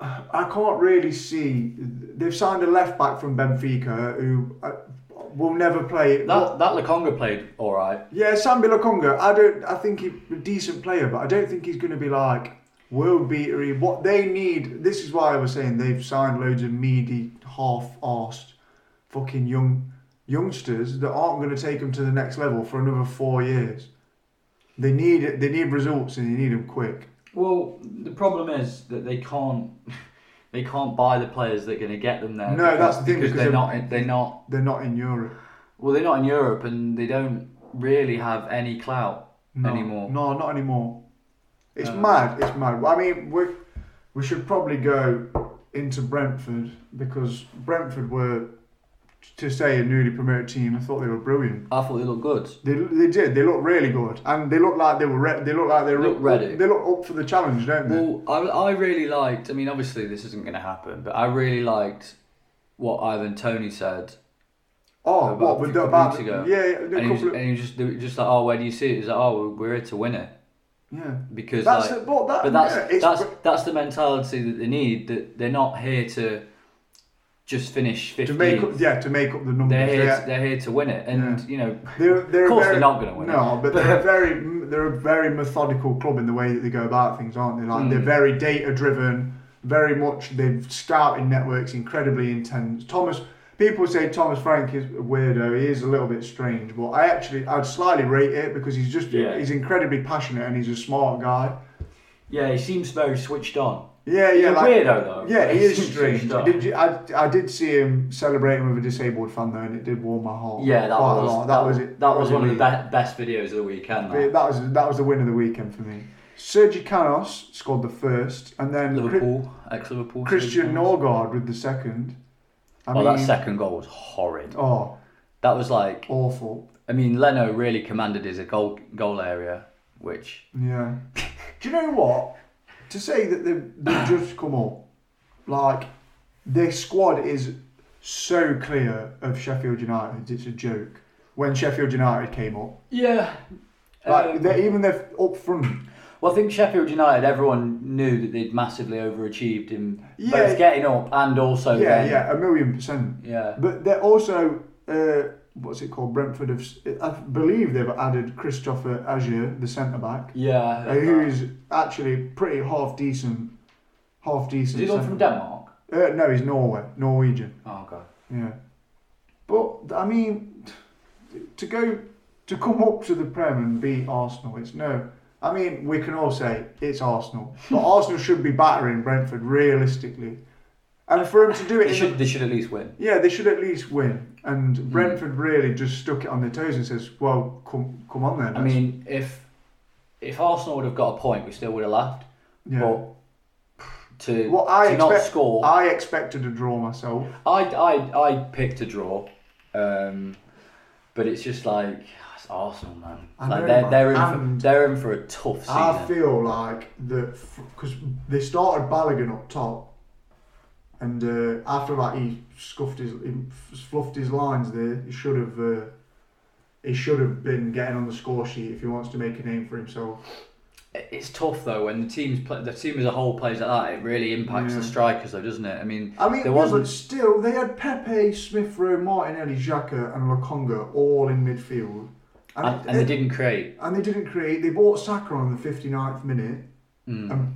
Speaker 2: I can't really see. They've signed a left back from Benfica who uh, will never play.
Speaker 1: that that Laconga played all right.
Speaker 2: yeah, Sambi Lokonga. I don't. I think he's a decent player, but I don't think he's going to be like world beatery. What they need. This is why I was saying they've signed loads of meaty, half-assed, fucking young youngsters that aren't going to take them to the next level for another four years. They need. They need results, and they need them quick.
Speaker 1: Well, the problem is that they can't they can't buy the players that are going to get them there.
Speaker 2: No, that's the thing,
Speaker 1: because
Speaker 2: because
Speaker 1: they're
Speaker 2: they're-
Speaker 1: not they're not
Speaker 2: They're not in Europe
Speaker 1: well they're not in Europe and they don't really have any clout.
Speaker 2: no,
Speaker 1: Anymore. Uh,
Speaker 2: No, not anymore. It's
Speaker 1: No.
Speaker 2: mad. It's mad. I mean, we we should probably go into Brentford because Brentford were to say a newly promoted team. I thought they were brilliant.
Speaker 1: I thought they looked good.
Speaker 2: They, they did. They looked really good, and they looked like they were. Re- they looked like they were
Speaker 1: Look
Speaker 2: up-
Speaker 1: ready.
Speaker 2: They look up for the challenge, don't they?
Speaker 1: Well, I, I really liked. I mean, obviously this isn't going to happen, but I really liked what Ivan Tony said
Speaker 2: Oh,
Speaker 1: About
Speaker 2: what
Speaker 1: a couple
Speaker 2: with the
Speaker 1: of
Speaker 2: about
Speaker 1: weeks ago.
Speaker 2: yeah, yeah, the
Speaker 1: And he was,
Speaker 2: couple of,
Speaker 1: and he was just, they were just like, oh, where do you see it? He's like, oh, we're here to win it
Speaker 2: yeah.
Speaker 1: because
Speaker 2: That's
Speaker 1: like,
Speaker 2: it. Well, that,
Speaker 1: but that's
Speaker 2: yeah, it's,
Speaker 1: that's that's the mentality that they need. That they're not here to just finish
Speaker 2: to
Speaker 1: 15
Speaker 2: make up, yeah to make up the numbers.
Speaker 1: They're here.
Speaker 2: yeah.
Speaker 1: To, they're here to win it, and you know,
Speaker 2: They're, they're
Speaker 1: of course
Speaker 2: very,
Speaker 1: they're not going to win it.
Speaker 2: No, but they're a very they're a very methodical club in the way that they go about things, aren't they? Like they're
Speaker 1: Mm.
Speaker 2: very data driven, very much they've scouting networks incredibly intense. Thomas people say Thomas Frank is a weirdo, he is a little bit strange, but I actually I'd slightly rate it because he's just
Speaker 1: Yeah.
Speaker 2: he's incredibly passionate and he's a smart guy.
Speaker 1: Yeah, he seems very switched on.
Speaker 2: Yeah,
Speaker 1: He's
Speaker 2: yeah,
Speaker 1: a
Speaker 2: like,
Speaker 1: weirdo though.
Speaker 2: yeah, he is
Speaker 1: seems
Speaker 2: strange.
Speaker 1: switched on.
Speaker 2: Did you, I, I did see him celebrating with a disabled fan though, and it did warm my heart.
Speaker 1: Yeah, that
Speaker 2: quite
Speaker 1: was
Speaker 2: a lot.
Speaker 1: that,
Speaker 2: That was it.
Speaker 1: That was one of
Speaker 2: elite.
Speaker 1: the be- best videos of the weekend.
Speaker 2: Yeah,
Speaker 1: That.
Speaker 2: That was that was the win of the weekend for me. Sergi Canos scored the first, and then Chri-
Speaker 1: Liverpool, ex-Liverpool.
Speaker 2: Christian
Speaker 1: North.
Speaker 2: Norgard with the second. I
Speaker 1: Oh, that second goal was horrid.
Speaker 2: oh,
Speaker 1: That was like,
Speaker 2: awful.
Speaker 1: I mean, Leno really commanded his goal goal area, which
Speaker 2: Yeah. Do you know what? To say that they've, they've just come up, like their squad is so clear of Sheffield United, it's a joke. When Sheffield United came up,
Speaker 1: yeah.
Speaker 2: like
Speaker 1: Um,
Speaker 2: they're, even they're up front.
Speaker 1: well, I think Sheffield United. Everyone knew that they'd massively overachieved in
Speaker 2: Yeah.
Speaker 1: both getting up and also
Speaker 2: Yeah,
Speaker 1: then-
Speaker 2: yeah, a million percent.
Speaker 1: yeah.
Speaker 2: But they're also uh, what's it called? Brentford have, I believe they've added Christopher Agier, the centre back,
Speaker 1: Yeah, I
Speaker 2: uh,
Speaker 1: heard
Speaker 2: who
Speaker 1: that.
Speaker 2: is actually pretty half decent, half
Speaker 1: Is
Speaker 2: decent.
Speaker 1: he the one from
Speaker 2: centre-
Speaker 1: Denmark?
Speaker 2: Uh, no, he's Norway, Norwegian.
Speaker 1: Oh god.
Speaker 2: Yeah, but I mean, to go to come up to the Prem and beat Arsenal, it's no. I mean, we can all say it's Arsenal, but Arsenal should be battering Brentford realistically, and for him to do it
Speaker 1: They
Speaker 2: in the
Speaker 1: should. They should at least win.
Speaker 2: yeah, they should at least win. And
Speaker 1: Hmm.
Speaker 2: Brentford really just stuck it on their toes and says, "Well, come, come on then."
Speaker 1: I mean, if if Arsenal would have got a point, we still would have laughed.
Speaker 2: yeah.
Speaker 1: But to,
Speaker 2: Well, I
Speaker 1: to not
Speaker 2: expect-
Speaker 1: score, I,
Speaker 2: I expected a draw myself.
Speaker 1: I, I picked a draw, um, but it's just like it's Arsenal, man.
Speaker 2: I
Speaker 1: like
Speaker 2: know,
Speaker 1: they're
Speaker 2: man.
Speaker 1: they're in
Speaker 2: And-
Speaker 1: for, they're in for a tough season.
Speaker 2: I feel like that because they started Balogun up top, and uh, after that he scuffed his, he f- fluffed his lines there. He should have, uh, he should have been getting on the score sheet if he wants to make a name for himself.
Speaker 1: it's tough though when the teams play, the team as a whole plays like that. It really impacts the
Speaker 2: Yeah.
Speaker 1: strikers though, doesn't it? I mean,
Speaker 2: I mean,
Speaker 1: There
Speaker 2: yeah,
Speaker 1: wasn't-
Speaker 2: but still, they had Pepe, Smith Rowe, Martinelli, Xhaka, and Lokonga all in midfield.
Speaker 1: and, and they didn't create.
Speaker 2: and they didn't create. They bought Saka on the 59th minute.
Speaker 1: Mm.
Speaker 2: Um,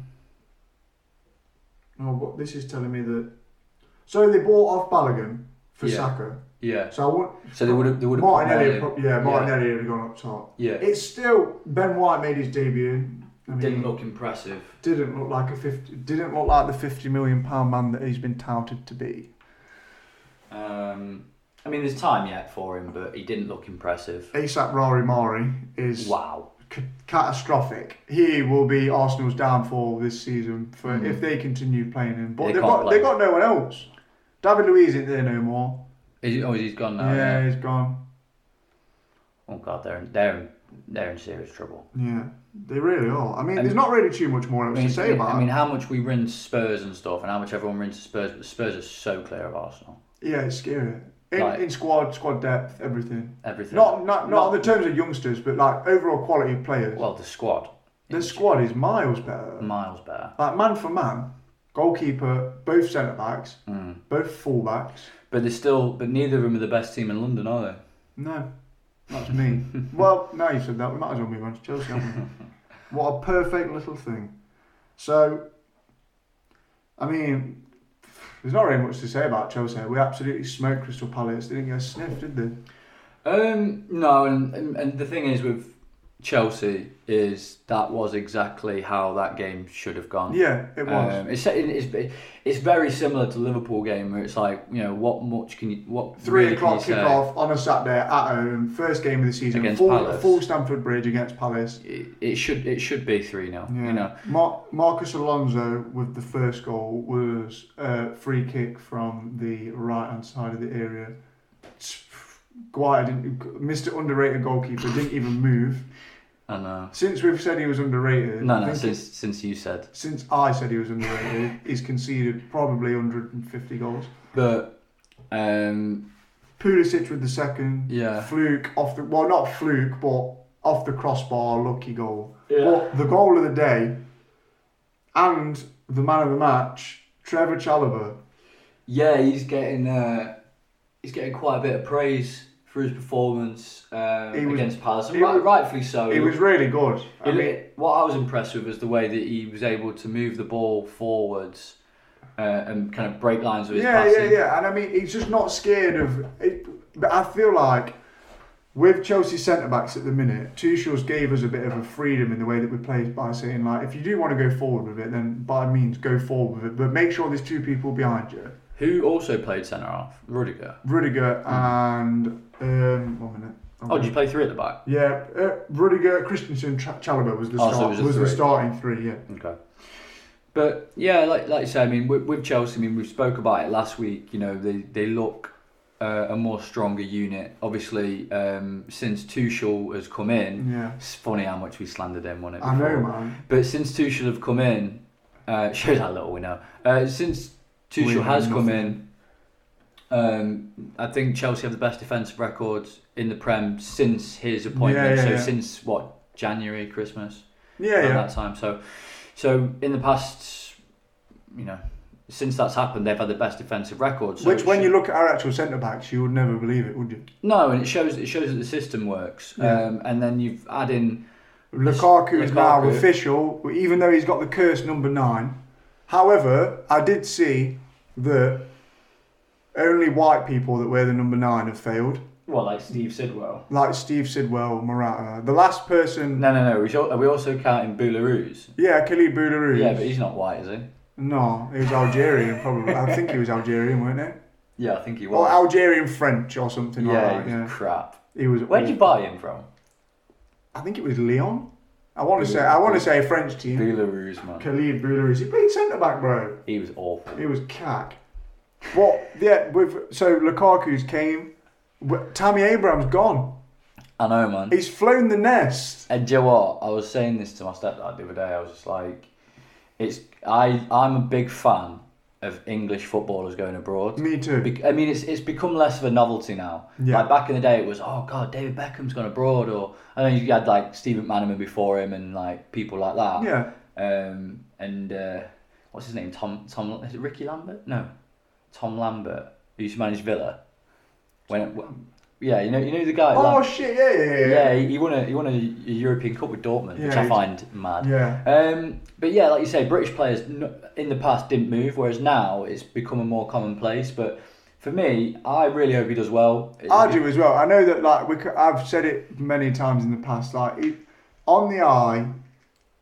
Speaker 2: oh, what this is telling me that. So they bought off Balogun for
Speaker 1: Yeah.
Speaker 2: Saka.
Speaker 1: yeah,
Speaker 2: So I want
Speaker 1: so they would have they would have put
Speaker 2: Martinelli.
Speaker 1: Marley-
Speaker 2: pro- yeah, Martinelli would have gone up top.
Speaker 1: Yeah,
Speaker 2: It's still Ben White made his debut. I mean,
Speaker 1: didn't look impressive.
Speaker 2: didn't look like a 50, didn't look like the 50 million pound man that he's been touted to be.
Speaker 1: Um, I mean, there's time yet for him, but he didn't look impressive.
Speaker 2: ASAP Rari Mari is
Speaker 1: Wow.
Speaker 2: c- catastrophic. He will be Arsenal's downfall this season for
Speaker 1: Mm.
Speaker 2: if they continue playing him. But
Speaker 1: They
Speaker 2: they have
Speaker 1: can't
Speaker 2: got
Speaker 1: play.
Speaker 2: they got no one else. David Luiz isn't there no more.
Speaker 1: Is he, oh, he's gone now.
Speaker 2: yeah,
Speaker 1: Yeah.
Speaker 2: he's gone.
Speaker 1: Oh god, they're in, they're in, they're in serious trouble.
Speaker 2: Yeah, they really are. I mean,
Speaker 1: I
Speaker 2: there's
Speaker 1: mean-
Speaker 2: not really too much more
Speaker 1: I
Speaker 2: else
Speaker 1: mean,
Speaker 2: to say about.
Speaker 1: I
Speaker 2: it.
Speaker 1: mean, how much we rinse Spurs and stuff, and how much everyone rinses Spurs, but Spurs are so clear of Arsenal.
Speaker 2: yeah, it's scary. In,
Speaker 1: Like-
Speaker 2: in squad, squad depth, everything.
Speaker 1: Everything.
Speaker 2: Not not not
Speaker 1: Not-
Speaker 2: on the terms of youngsters, but like overall quality of players.
Speaker 1: well, Hmm. the squad.
Speaker 2: Their squad is miles better.
Speaker 1: miles better.
Speaker 2: Like man for man, goalkeeper, both centre backs,
Speaker 1: Mm.
Speaker 2: both full backs.
Speaker 1: But they're still, but neither of them are the best team in London, are they?
Speaker 2: No, that's me. well, now you said that, we might as well move on to Chelsea. haven't we? what a perfect little thing. So, I mean, there's not really much to say about Chelsea. We absolutely smoked Crystal Palace. They didn't get a sniff, did they?
Speaker 1: Um, no, and, and and the thing is with Chelsea is that was exactly how that game should have gone.
Speaker 2: Yeah, it was.
Speaker 1: Oh. Um, it's, it's it's very similar to the Liverpool game where it's like you know what much can you what
Speaker 2: Three
Speaker 1: really
Speaker 2: o'clock
Speaker 1: can you
Speaker 2: kick
Speaker 1: say?
Speaker 2: off on a Saturday at home, first game of the season,
Speaker 1: Against
Speaker 2: full,
Speaker 1: Palace.
Speaker 2: full Stamford Bridge against Palace.
Speaker 1: It, it should it should be three 0
Speaker 2: Yeah.
Speaker 1: You know
Speaker 2: Mar- Marcus Alonso with the first goal was a free kick from the right hand side of the area. Guaya didn't, Mr. Underrated goalkeeper didn't even move.
Speaker 1: and uh,
Speaker 2: Since we've said he was underrated,
Speaker 1: no
Speaker 2: I
Speaker 1: no
Speaker 2: think
Speaker 1: since since you said
Speaker 2: it- since I said he was underrated, he's conceded probably 150 goals.
Speaker 1: but um
Speaker 2: Pulisic with the second.
Speaker 1: Yeah.
Speaker 2: Fluke off the well, not fluke, but off the crossbar, lucky goal.
Speaker 1: Yeah.
Speaker 2: But the goal of the day, and the man of the match, Trevor Chalobah.
Speaker 1: Yeah, he's getting uh, he's getting quite a bit of praise for his performance uh,
Speaker 2: He was-
Speaker 1: against Palace, and
Speaker 2: he
Speaker 1: right,
Speaker 2: was-
Speaker 1: rightfully so.
Speaker 2: It was really good. I
Speaker 1: He-
Speaker 2: mean,
Speaker 1: what I was impressed with was the way that he was able to move the ball forwards uh, and kind of break lines with his
Speaker 2: yeah,
Speaker 1: passing.
Speaker 2: yeah, yeah. And I mean, he's just not scared of it. But I feel like with Chelsea centre backs at the minute, Tuchel's gave us a bit of a freedom in the way that we play by saying like, if you do want to go forward with it, then by means go forward with it, but make sure there's two people behind you.
Speaker 1: Who also played centre half? Rudiger.
Speaker 2: Rudiger and um, one minute.
Speaker 1: Oh, did you play three at the back?
Speaker 2: Yeah, uh, Rudiger, Christensen, Ch- Chalobah was the
Speaker 1: Oh, so
Speaker 2: start,
Speaker 1: it was
Speaker 2: was,
Speaker 1: a
Speaker 2: the
Speaker 1: three.
Speaker 2: starting three. Yeah,
Speaker 1: Okay. But yeah, like like you say, I mean, with, with Chelsea, I mean, we spoke about it last week. You know, they they look uh, a more stronger unit. Obviously, um, since Tuchel has come in,
Speaker 2: yeah.
Speaker 1: it's funny how much we slandered him on it.
Speaker 2: I know,
Speaker 1: Mm. before.
Speaker 2: man.
Speaker 1: But since Tuchel have come in, uh, shows how little we know. Uh, since Tuchel
Speaker 2: We know
Speaker 1: has come
Speaker 2: nothing.
Speaker 1: in, um, I think Chelsea have the best defensive records in the Prem since his appointment.
Speaker 2: yeah,
Speaker 1: so
Speaker 2: yeah.
Speaker 1: since what January, Christmas,
Speaker 2: Yeah,
Speaker 1: around
Speaker 2: yeah.
Speaker 1: that time. So, so in the past, you know, since that's happened, they've had the best defensive record. So
Speaker 2: Which,
Speaker 1: it
Speaker 2: when
Speaker 1: should-
Speaker 2: you look at our actual centre backs, you would never believe it, would you?
Speaker 1: no, and it shows it shows that the system works.
Speaker 2: Yeah.
Speaker 1: Um, and then you've add in
Speaker 2: Lukaku is now
Speaker 1: Lukaku.
Speaker 2: official, even though he's got the curse number nine. However, I did see that only white people that wear the number nine have failed,
Speaker 1: well, like Steve Sidwell.
Speaker 2: like Steve Sidwell, Morata. The last person,
Speaker 1: No, no, no. We should, are we also counting Boularoos?
Speaker 2: yeah, Khalid Boularoo.
Speaker 1: Yeah, but he's not white, is he?
Speaker 2: no, he was Algerian, probably. I think he was Algerian, weren't he?
Speaker 1: Yeah, I think he
Speaker 2: Or
Speaker 1: was.
Speaker 2: Algerian French or something
Speaker 1: yeah,
Speaker 2: like that.
Speaker 1: he was
Speaker 2: Yeah.
Speaker 1: crap.
Speaker 2: He was.
Speaker 1: Where'd you buy him from?
Speaker 2: I think it was Leon. I want to say. I want to say a French team.
Speaker 1: Boularoos, man.
Speaker 2: Khalid Boularoo. He played centre back, bro.
Speaker 1: He was awful.
Speaker 2: He was cack. What? Yeah. With so Lukaku's came. but Tammy Abraham's gone.
Speaker 1: I know, man.
Speaker 2: He's flown the nest.
Speaker 1: And do you know what? I was saying this to my stepdad the other day. I was just like, it's I. I'm a big fan of English footballers going abroad.
Speaker 2: Me too.
Speaker 1: Be- I mean, it's it's become less of a novelty now.
Speaker 2: Yeah.
Speaker 1: Like back in the day, it was oh god, David Beckham's gone abroad, or I know you had like Stephen McManaman before him, and like people like that.
Speaker 2: Yeah.
Speaker 1: Um, and uh, what's his name? Tom Tom is it Ricky Lambert? No, Tom Lambert. Who used to manage Villa. When, when yeah, you know you know the guy.
Speaker 2: Oh
Speaker 1: Lam-
Speaker 2: shit! Yeah, yeah, yeah.
Speaker 1: yeah, he he won a he won a European Cup with Dortmund, which
Speaker 2: Yeah,
Speaker 1: I
Speaker 2: he's-
Speaker 1: find mad.
Speaker 2: Yeah.
Speaker 1: Um, but yeah, like you say, British players n- in the past didn't move, whereas now it's become a more commonplace. But for me, I really hope he does well.
Speaker 2: I do as well. I know that like we. c- I've said it many times in the past. Like it, on the eye,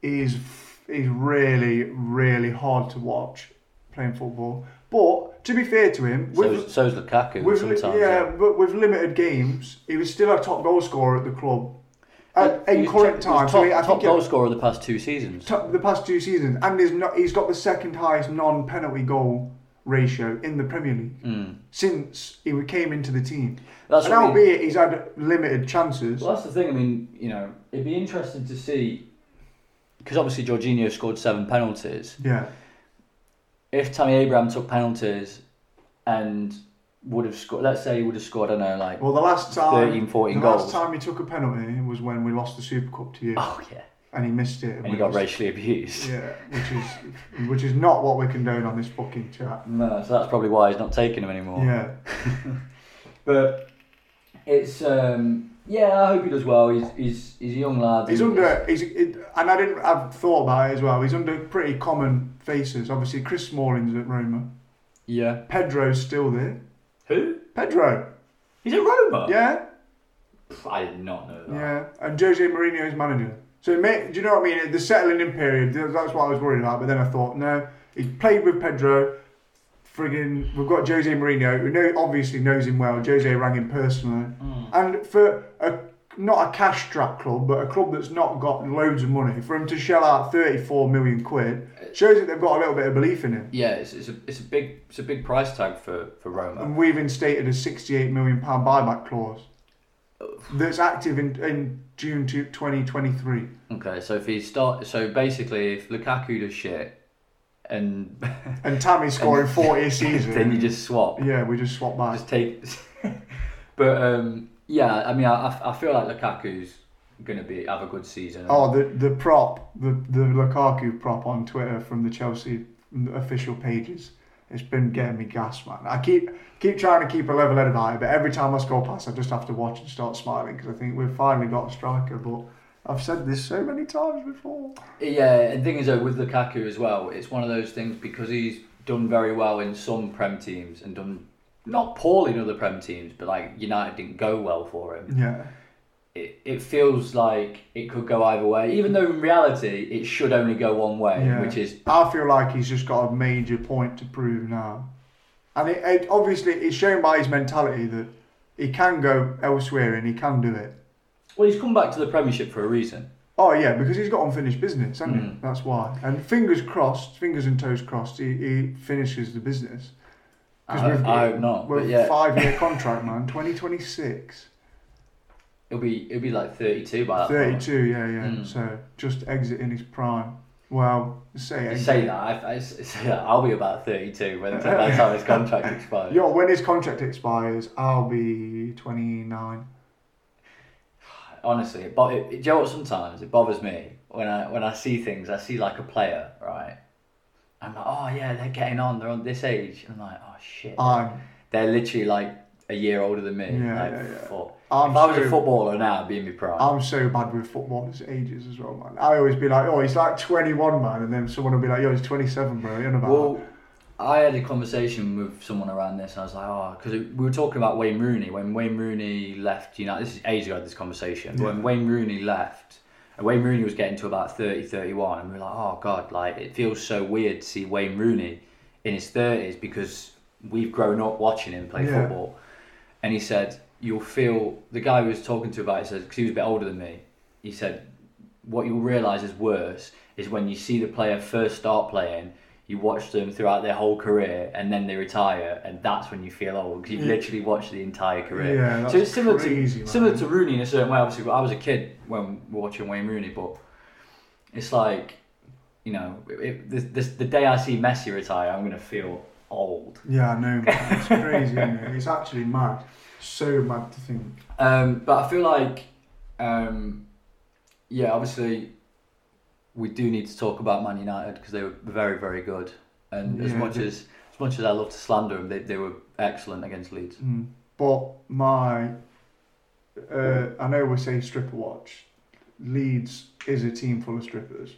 Speaker 2: is f- is really really hard to watch playing football. But to be fair to him,
Speaker 1: So
Speaker 2: with
Speaker 1: is- so's Lukaku
Speaker 2: with li-
Speaker 1: sometimes.
Speaker 2: yeah, but with limited games, he was still a top goal scorer at the club.
Speaker 1: He's
Speaker 2: At, uh, in
Speaker 1: t-
Speaker 2: current
Speaker 1: he's
Speaker 2: times,
Speaker 1: top,
Speaker 2: I mean, I
Speaker 1: top
Speaker 2: think
Speaker 1: goal
Speaker 2: he-
Speaker 1: scorer of the past two seasons.
Speaker 2: top- the past two seasons, and he's not, he's got the second highest non-penalty goal ratio in the Premier League
Speaker 1: Mm.
Speaker 2: since he came into the team.
Speaker 1: That's
Speaker 2: and
Speaker 1: what I mean.
Speaker 2: albeit he's had limited chances.
Speaker 1: Well, that's the thing. I mean, you know, it'd be interesting to see because obviously Jorginho scored seven penalties.
Speaker 2: Yeah,
Speaker 1: If Tammy Abraham took penalties and would have scored, let's say he would have scored, I don't know, like
Speaker 2: well, the last time
Speaker 1: 13, 14
Speaker 2: the
Speaker 1: goals.
Speaker 2: last time he took a penalty was when we lost the Super Cup to you,
Speaker 1: oh yeah,
Speaker 2: and he missed it.
Speaker 1: and he
Speaker 2: we
Speaker 1: got
Speaker 2: lost.
Speaker 1: racially abused.
Speaker 2: Yeah, which is which is not what we condone on this fucking chat.
Speaker 1: No, so that's probably why he's not taking him anymore.
Speaker 2: Yeah,
Speaker 1: But it's um, yeah, I hope he does well. He's he's he's a young lad.
Speaker 2: he's under. He's it, and I didn't. I've thought about it as well. He's under pretty common faces. Obviously, Chris Smalling's at Roma.
Speaker 1: Yeah.
Speaker 2: Pedro's still there.
Speaker 1: Who?
Speaker 2: Pedro.
Speaker 1: He's a Roma.
Speaker 2: Yeah,
Speaker 1: Pff, I did not know that.
Speaker 2: yeah. And Jose Mourinho is manager. So it may, do you know what I mean? The settling in period. th- That's what I was worried about. But then I thought, no, he played with Pedro. Friggin', we've got Jose Mourinho, who know, obviously knows him well. Jose rang him personally.
Speaker 1: Mm.
Speaker 2: And for a not a cash strapped club, but a club that's not got loads of money, for him to shell out 34 million quid shows that they've got a little bit of belief in him.
Speaker 1: Yeah, it's, it's a it's a big it's a big price tag for for Roma.
Speaker 2: And we've instated a 68 million pound buyback clause that's active in, in June two- 2023.
Speaker 1: Okay, so if he start so basically if Lukaku does shit, and
Speaker 2: And Tammy's scoring 40 a season.
Speaker 1: then you just swap,
Speaker 2: Yeah, we just swap back.
Speaker 1: just take But um, yeah, I mean, I, I- I feel like Lukaku's gonna be have a good season.
Speaker 2: Oh, the the prop, the the Lukaku prop on Twitter from the Chelsea official pages. It's been getting me gas, man. I keep keep trying to keep a level headed eye, but every time I scroll past, I just have to watch and start smiling because I think we've finally got a striker. But I've said this so many times before.
Speaker 1: Yeah, and the thing is though with Lukaku as well, it's one of those things because he's done very well in some Prem teams and done not poorly in other Prem teams, but like United didn't go well for him.
Speaker 2: Yeah,
Speaker 1: It, it feels like it could go either way, even though in reality it should only go one way,
Speaker 2: Yeah.
Speaker 1: which is
Speaker 2: I feel like he's just got a major point to prove now, and it, it obviously it's shown by his mentality that he can go elsewhere and he can do it.
Speaker 1: well, he's come back to the Premiership for a reason.
Speaker 2: Oh yeah, because he's got unfinished business, hasn't he?
Speaker 1: Mm.
Speaker 2: That's why. And fingers crossed, fingers and toes crossed, he, he finishes the business.
Speaker 1: I,
Speaker 2: 'Cause
Speaker 1: hope-
Speaker 2: we've-
Speaker 1: I hope not,
Speaker 2: Well,
Speaker 1: but yeah,
Speaker 2: five-year contract, man. Twenty twenty-six,
Speaker 1: it'll be it'll be like thirty-two by that. point.
Speaker 2: thirty-two. Yeah, yeah.
Speaker 1: Mm.
Speaker 2: So just exiting his prime. Well, say
Speaker 1: You
Speaker 2: exit.
Speaker 1: say that, I, I say that, I'll be about thirty-two when by the time his contract expires.
Speaker 2: Yo, when his contract expires, I'll be twenty-nine.
Speaker 1: Honestly, it, bo- it, it, do you know what? Sometimes it bothers me when I when I see things. I see like a player, right? I'm like, oh yeah, they're getting on. They're on this age. And I'm like, oh shit.
Speaker 2: I'm.
Speaker 1: they're literally like a year older than me.
Speaker 2: Uh, Yeah,
Speaker 1: like,
Speaker 2: yeah, yeah.
Speaker 1: fuck.
Speaker 2: I'm
Speaker 1: If I was a
Speaker 2: so-
Speaker 1: footballer now, I'd be in my prime.
Speaker 2: I'm so bad with footballers' ages as well, man. I always be like, oh, he's like 21, man, and then someone will be like, yo, he's 27, bro. You're on about.
Speaker 1: well, I had a conversation with someone around this. And I was like, oh, because we were talking about Wayne Rooney when Wayne Rooney left United. This is ages ago. I had This conversation but when Wayne Rooney left. And Wayne Rooney was getting to about 30, 31, and we were like, oh god, like it feels so weird to see Wayne Rooney in his thirties because we've grown up watching him play
Speaker 2: Yeah.
Speaker 1: football. And he said, you'll feel the guy who was talking to about it said because he was a bit older than me. He said, what you'll realise is worse is when you see the player first start playing, you watch them throughout their whole career, and then they retire, and that's when you feel old because you've
Speaker 2: Yeah.
Speaker 1: literally watched the entire career.
Speaker 2: Yeah,
Speaker 1: so
Speaker 2: that's
Speaker 1: it's similar
Speaker 2: crazy,
Speaker 1: to
Speaker 2: man.
Speaker 1: similar to Rooney in a certain way. Obviously, but I was a kid when watching Wayne Rooney, but it's like you know, it, this, this, the day I see Messi retire, I'm gonna feel old.
Speaker 2: Yeah, I know, man. It's crazy, isn't it? It's actually mad. So mad to think.
Speaker 1: Um, but I feel like, um, yeah, obviously, we do need to talk about Man United because they were very, very good. And as
Speaker 2: Yeah,
Speaker 1: much
Speaker 2: they-
Speaker 1: as as much as I love to slander them, they, they were excellent against Leeds.
Speaker 2: Mm. But my, uh, I know we say stripper watch. Leeds is a team full of strippers.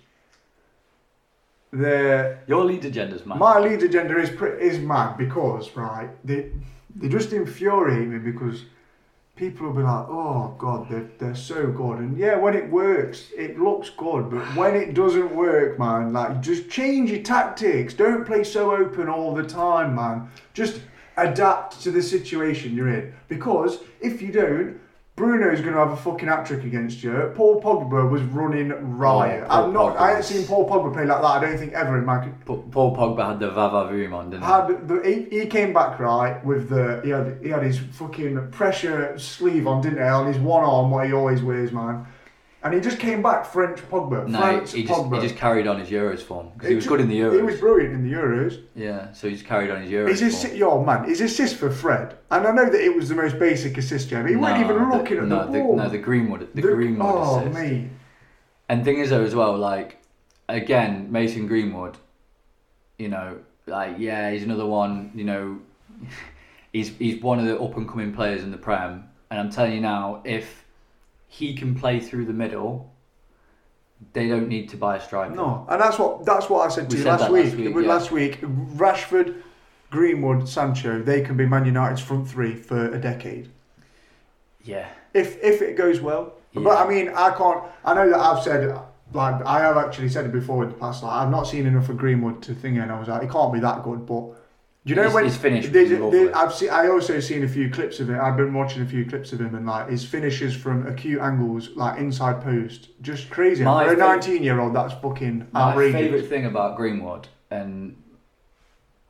Speaker 2: They're,
Speaker 1: Your lead agenda's man.
Speaker 2: my Leeds agenda is pretty, is mad because right they they just infuriate me because people will be like oh god they're, they're so good and yeah when it works it looks good but when it doesn't work man like just change your tactics don't play so open all the time man just adapt to the situation you're in because if you don't Bruno's going to have a fucking hat trick against you. Paul Pogba was running riot.
Speaker 1: Oh, Paul
Speaker 2: I'm not. I
Speaker 1: Pogba
Speaker 2: ain't
Speaker 1: was-
Speaker 2: seen Paul Pogba play like that. I don't think ever in my
Speaker 1: Pa- Paul Pogba had the Vava Vroom on, didn't he?
Speaker 2: had the he, he came back right with the he had he had his fucking pressure sleeve on, didn't he? On his one arm, what he always wears, man. And he just came back French Pogba.
Speaker 1: No,
Speaker 2: French
Speaker 1: he, he just
Speaker 2: Pogba.
Speaker 1: he just carried on his Euros form because
Speaker 2: He
Speaker 1: he was good in the
Speaker 2: He was
Speaker 1: Euros.
Speaker 2: brilliant in the Euros.
Speaker 1: Yeah, so he just carried on his Euros.
Speaker 2: His
Speaker 1: form.
Speaker 2: assist, yo man, his assist for Fred, and I know that it was the most basic assist ever. He wasn't even
Speaker 1: the-
Speaker 2: looking at
Speaker 1: no,
Speaker 2: the ball.
Speaker 1: no, the Greenwood, the,
Speaker 2: The-
Speaker 1: Greenwood
Speaker 2: oh
Speaker 1: assist.
Speaker 2: me,
Speaker 1: And thing is though as well, like again, Mason Greenwood, you know, like yeah, he's another one, you know he's he's one of the up and coming players in the Prem. And I'm telling you now, if he can play through the middle, they don't need to buy a striker.
Speaker 2: no, and that's what that's what I said to
Speaker 1: We
Speaker 2: you
Speaker 1: said
Speaker 2: last
Speaker 1: that
Speaker 2: week.
Speaker 1: last week,
Speaker 2: With
Speaker 1: yeah.
Speaker 2: last week, Rashford, Greenwood, Sancho, they can be Man United's front three for a decade.
Speaker 1: Yeah.
Speaker 2: if if it goes well. But
Speaker 1: Yeah.
Speaker 2: I mean, I can't. I know that I've said like I have actually said it before in the past. Like I've not seen enough of Greenwood to think, and I was like, it can't be that good. But you know
Speaker 1: He's-
Speaker 2: when
Speaker 1: he's finished
Speaker 2: there's-
Speaker 1: lovely.
Speaker 2: there- I've seen. I also seen a few clips of it. I've been watching a few clips of him, and like his finishes from acute angles, like inside post, just crazy.
Speaker 1: My
Speaker 2: For a
Speaker 1: fav-
Speaker 2: nineteen-year-old, that's fucking
Speaker 1: My
Speaker 2: outrageous.
Speaker 1: favourite thing about Greenwood and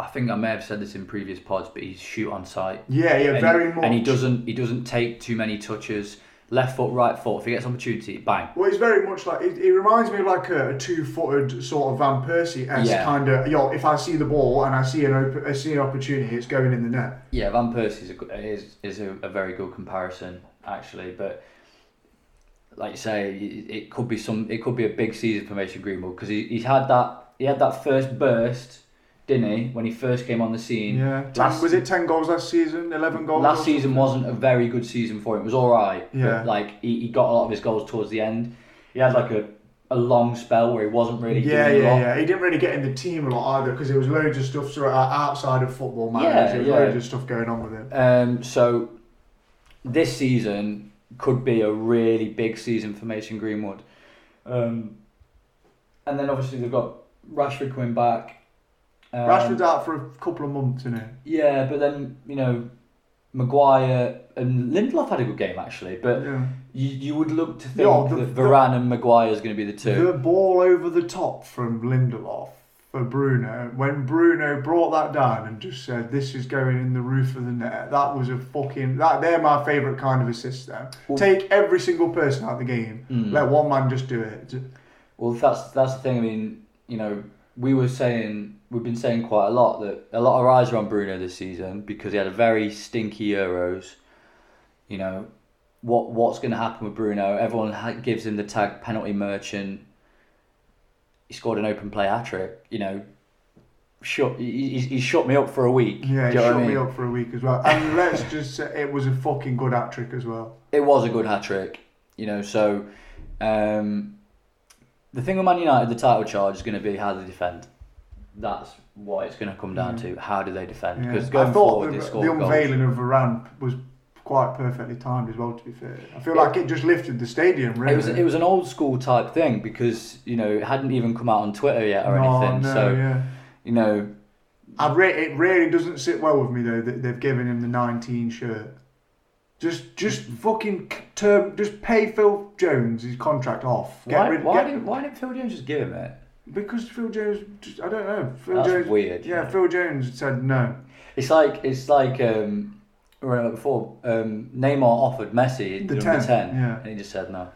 Speaker 1: I think I may have said this in previous pods, but he's shoot on sight.
Speaker 2: Yeah, yeah,
Speaker 1: and,
Speaker 2: very
Speaker 1: he,
Speaker 2: much.
Speaker 1: and he doesn't he doesn't take too many touches. Left foot, right foot. If he gets opportunity, bang.
Speaker 2: Well, he's very much like it, it reminds me of like a, a two-footed sort of Van Persie esque
Speaker 1: Yeah.
Speaker 2: kind of. Yo, if I see the ball and I see an op- I see an opportunity, it's going in the net.
Speaker 1: Yeah, Van Persie's a, good- is is a, a very good comparison actually, but like you say, it, it could be some it could be a big season for Mason Greenwood because he, he's had that he had that first burst, didn't he, when he first came on the scene.
Speaker 2: Yeah, ten,
Speaker 1: Last-
Speaker 2: was it ten goals last season? Eleven goals.
Speaker 1: Last
Speaker 2: or
Speaker 1: season wasn't a very good season for him. It was all right.
Speaker 2: Yeah.
Speaker 1: But, like he, he got a lot of his goals towards the end. He had like a, a long spell where he wasn't really.
Speaker 2: Yeah,
Speaker 1: doing a
Speaker 2: yeah,
Speaker 1: lot.
Speaker 2: yeah. He didn't really get in the team a lot either because there was loads of stuff sort of outside of football
Speaker 1: Yeah,
Speaker 2: matters. there was
Speaker 1: yeah.
Speaker 2: loads of stuff going on with him.
Speaker 1: Um, so this season could be a really big season for Mason Greenwood. Um, and then obviously they've got Rashford coming back. Um,
Speaker 2: Rashford's out for a couple of months, isn't he?
Speaker 1: Yeah, but then, you know, Maguire and Lindelof had a good game actually, but
Speaker 2: Yeah.
Speaker 1: you, you would look to think
Speaker 2: Yeah, the-
Speaker 1: that
Speaker 2: the-
Speaker 1: Varane and Maguire is going to be the two.
Speaker 2: The ball over the top from Lindelof for Bruno. When Bruno brought that down and just said, "This is going in the roof of the net," that was a fucking that. They're my favourite kind of assist. Though,
Speaker 1: Well-
Speaker 2: take every single person out of the game.
Speaker 1: Mm.
Speaker 2: Let one man just do it.
Speaker 1: Well, that's that's the thing. I mean, you know, we were saying we've been saying quite a lot that a lot of eyes are on Bruno this season because he had a very stinky Euros. You know, what what's going to happen with Bruno? Everyone ha- gives him the tag penalty merchant. He scored an open play hat trick. You know, shut he, he, he shut me up for a week. Do
Speaker 2: Yeah, it
Speaker 1: you know what
Speaker 2: shut
Speaker 1: I
Speaker 2: me
Speaker 1: mean?
Speaker 2: up for a week as well. And let's just say it was a fucking good hat trick as well.
Speaker 1: it was a good hat trick, you know. So, um, the thing with Man United, the title charge is going to be how they defend. That's what it's going to come down to. How do they defend?
Speaker 2: Yeah.
Speaker 1: Because
Speaker 2: I
Speaker 1: going
Speaker 2: thought
Speaker 1: forward,
Speaker 2: the,
Speaker 1: they
Speaker 2: the
Speaker 1: scored goals.
Speaker 2: unveiling of Varane was quite perfectly timed as well. To be fair, I feel like it just lifted the stadium. Really,
Speaker 1: It was it was an old school type thing because you know it hadn't even come out on Twitter yet or
Speaker 2: No,
Speaker 1: anything.
Speaker 2: no,
Speaker 1: so
Speaker 2: yeah.
Speaker 1: you know,
Speaker 2: I re- it really doesn't sit well with me though that they've given him the 19 shirt. Just, just fucking c- term. Just pay Phil Jones his contract off.
Speaker 1: why,
Speaker 2: rid-
Speaker 1: why
Speaker 2: get-
Speaker 1: didn't why didn't Phil Jones just give him it?
Speaker 2: because Phil Jones. Just, I don't know. Phil
Speaker 1: That's
Speaker 2: Jones.
Speaker 1: weird. you
Speaker 2: Yeah,
Speaker 1: know.
Speaker 2: Phil Jones said no.
Speaker 1: It's like it's like um, I remember before um, Neymar offered Messi
Speaker 2: The
Speaker 1: the
Speaker 2: 10,
Speaker 1: ten,
Speaker 2: yeah.
Speaker 1: and he just said no.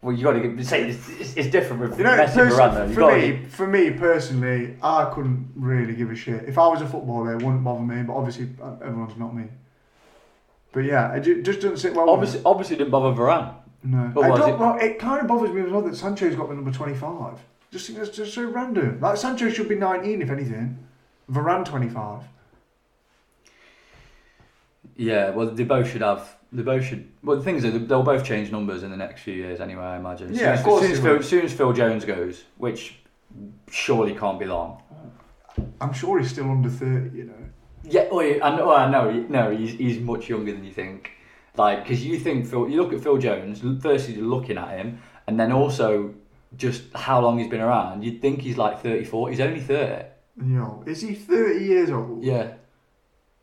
Speaker 1: Well, you got to say it's, it's, it's different with
Speaker 2: You know,
Speaker 1: Messi and
Speaker 2: pers-
Speaker 1: Varane. though. You
Speaker 2: for
Speaker 1: gotta-
Speaker 2: me, for me personally, I couldn't really give a shit. If I was a footballer, it wouldn't bother me. But obviously, uh, everyone's not me. But yeah, it ju- just doesn't sit well. with me.
Speaker 1: obviously, obviously didn't bother Varane.
Speaker 2: No.
Speaker 1: But
Speaker 2: I
Speaker 1: was
Speaker 2: don't,
Speaker 1: it-
Speaker 2: well, it kind of bothers me as well that Sancho's got the number 25. Just think that's just so random. Like, Sancho should be 19, if anything. Varane, 25.
Speaker 1: Yeah, well, they both should have. They both should. Well, the thing is, that they'll both change numbers in the next few years, anyway. I imagine.
Speaker 2: Yeah,
Speaker 1: soon, as-
Speaker 2: of course
Speaker 1: Soon as,
Speaker 2: they
Speaker 1: Phil,
Speaker 2: will.
Speaker 1: soon as Phil Jones goes, which surely can't be long.
Speaker 2: I'm sure he's still under 30, you know.
Speaker 1: Yeah, oh, yeah, I know. I know. No, he's he's much younger than you think. Like, because you think Phil, you look at Phil Jones. Firstly, you're looking at him, and then also just how long he's been around. You'd think he's like 34. He's only 30.
Speaker 2: You know, is he 30 years old?
Speaker 1: Yeah,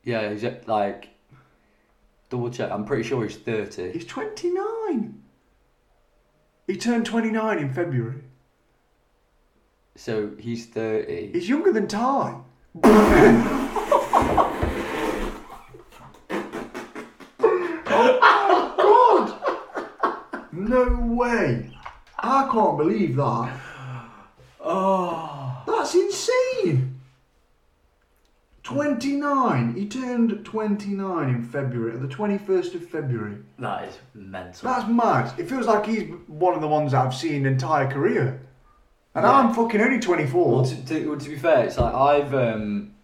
Speaker 1: yeah. He's at, like double check. I'm pretty sure he's 30.
Speaker 2: He's 29. He turned 29 in February.
Speaker 1: So he's 30.
Speaker 2: He's younger than Ty. oh my god! No way! I can't believe that.
Speaker 1: Oh,
Speaker 2: That's insane! 29. He turned 29 in February, the 21st of February.
Speaker 1: that is mental.
Speaker 2: That's mad. It feels like he's one of the ones that I've seen entire career. And
Speaker 1: Yeah.
Speaker 2: I'm fucking only 24.
Speaker 1: Well, to, to, well, to be fair, it's like I've um,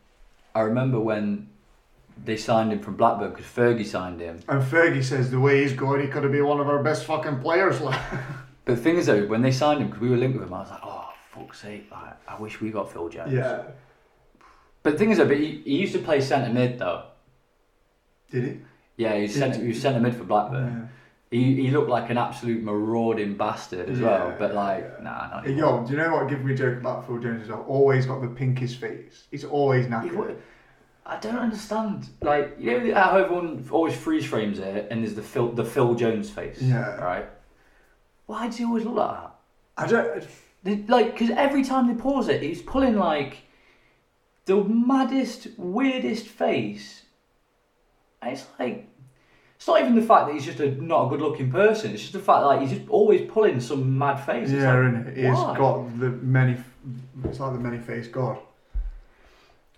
Speaker 1: I remember when they signed him from Blackburn because Fergie signed him.
Speaker 2: And Fergie says the way he's going, he could have been one of our best fucking players. like.
Speaker 1: But the thing is, though, when they signed him, because we were linked with him, I was like, oh, fuck's sake, like, I wish we got Phil Jones.
Speaker 2: yeah.
Speaker 1: But the thing is, though, but he, he used to play centre mid, though.
Speaker 2: Did he?
Speaker 1: Yeah, he was
Speaker 2: Did-
Speaker 1: centre, he was centre mid for Blackburn. He, he looked like an absolute marauding bastard as well,
Speaker 2: Yeah,
Speaker 1: but like,
Speaker 2: yeah.
Speaker 1: nah, not
Speaker 2: Hey,
Speaker 1: anymore.
Speaker 2: Yo, do you know what gives me a joke about Phil Jones is I've always got the pinkest face. He's always
Speaker 1: He wa-
Speaker 2: knackered.
Speaker 1: I don't understand. Like, you know how everyone always freeze frames it and there's the Phil, the Phil Jones face?
Speaker 2: Yeah.
Speaker 1: Right? Why does he always look like that?
Speaker 2: I don't.
Speaker 1: They- Like, because every time they pause it, he's pulling like the maddest, weirdest face. And it's like, It's not even the fact that he's just a not a good looking person. It's just the fact that like, he's just always pulling some mad face. It's
Speaker 2: yeah,
Speaker 1: like,
Speaker 2: innit? He's
Speaker 1: why?
Speaker 2: got the many. It's like the many faced God.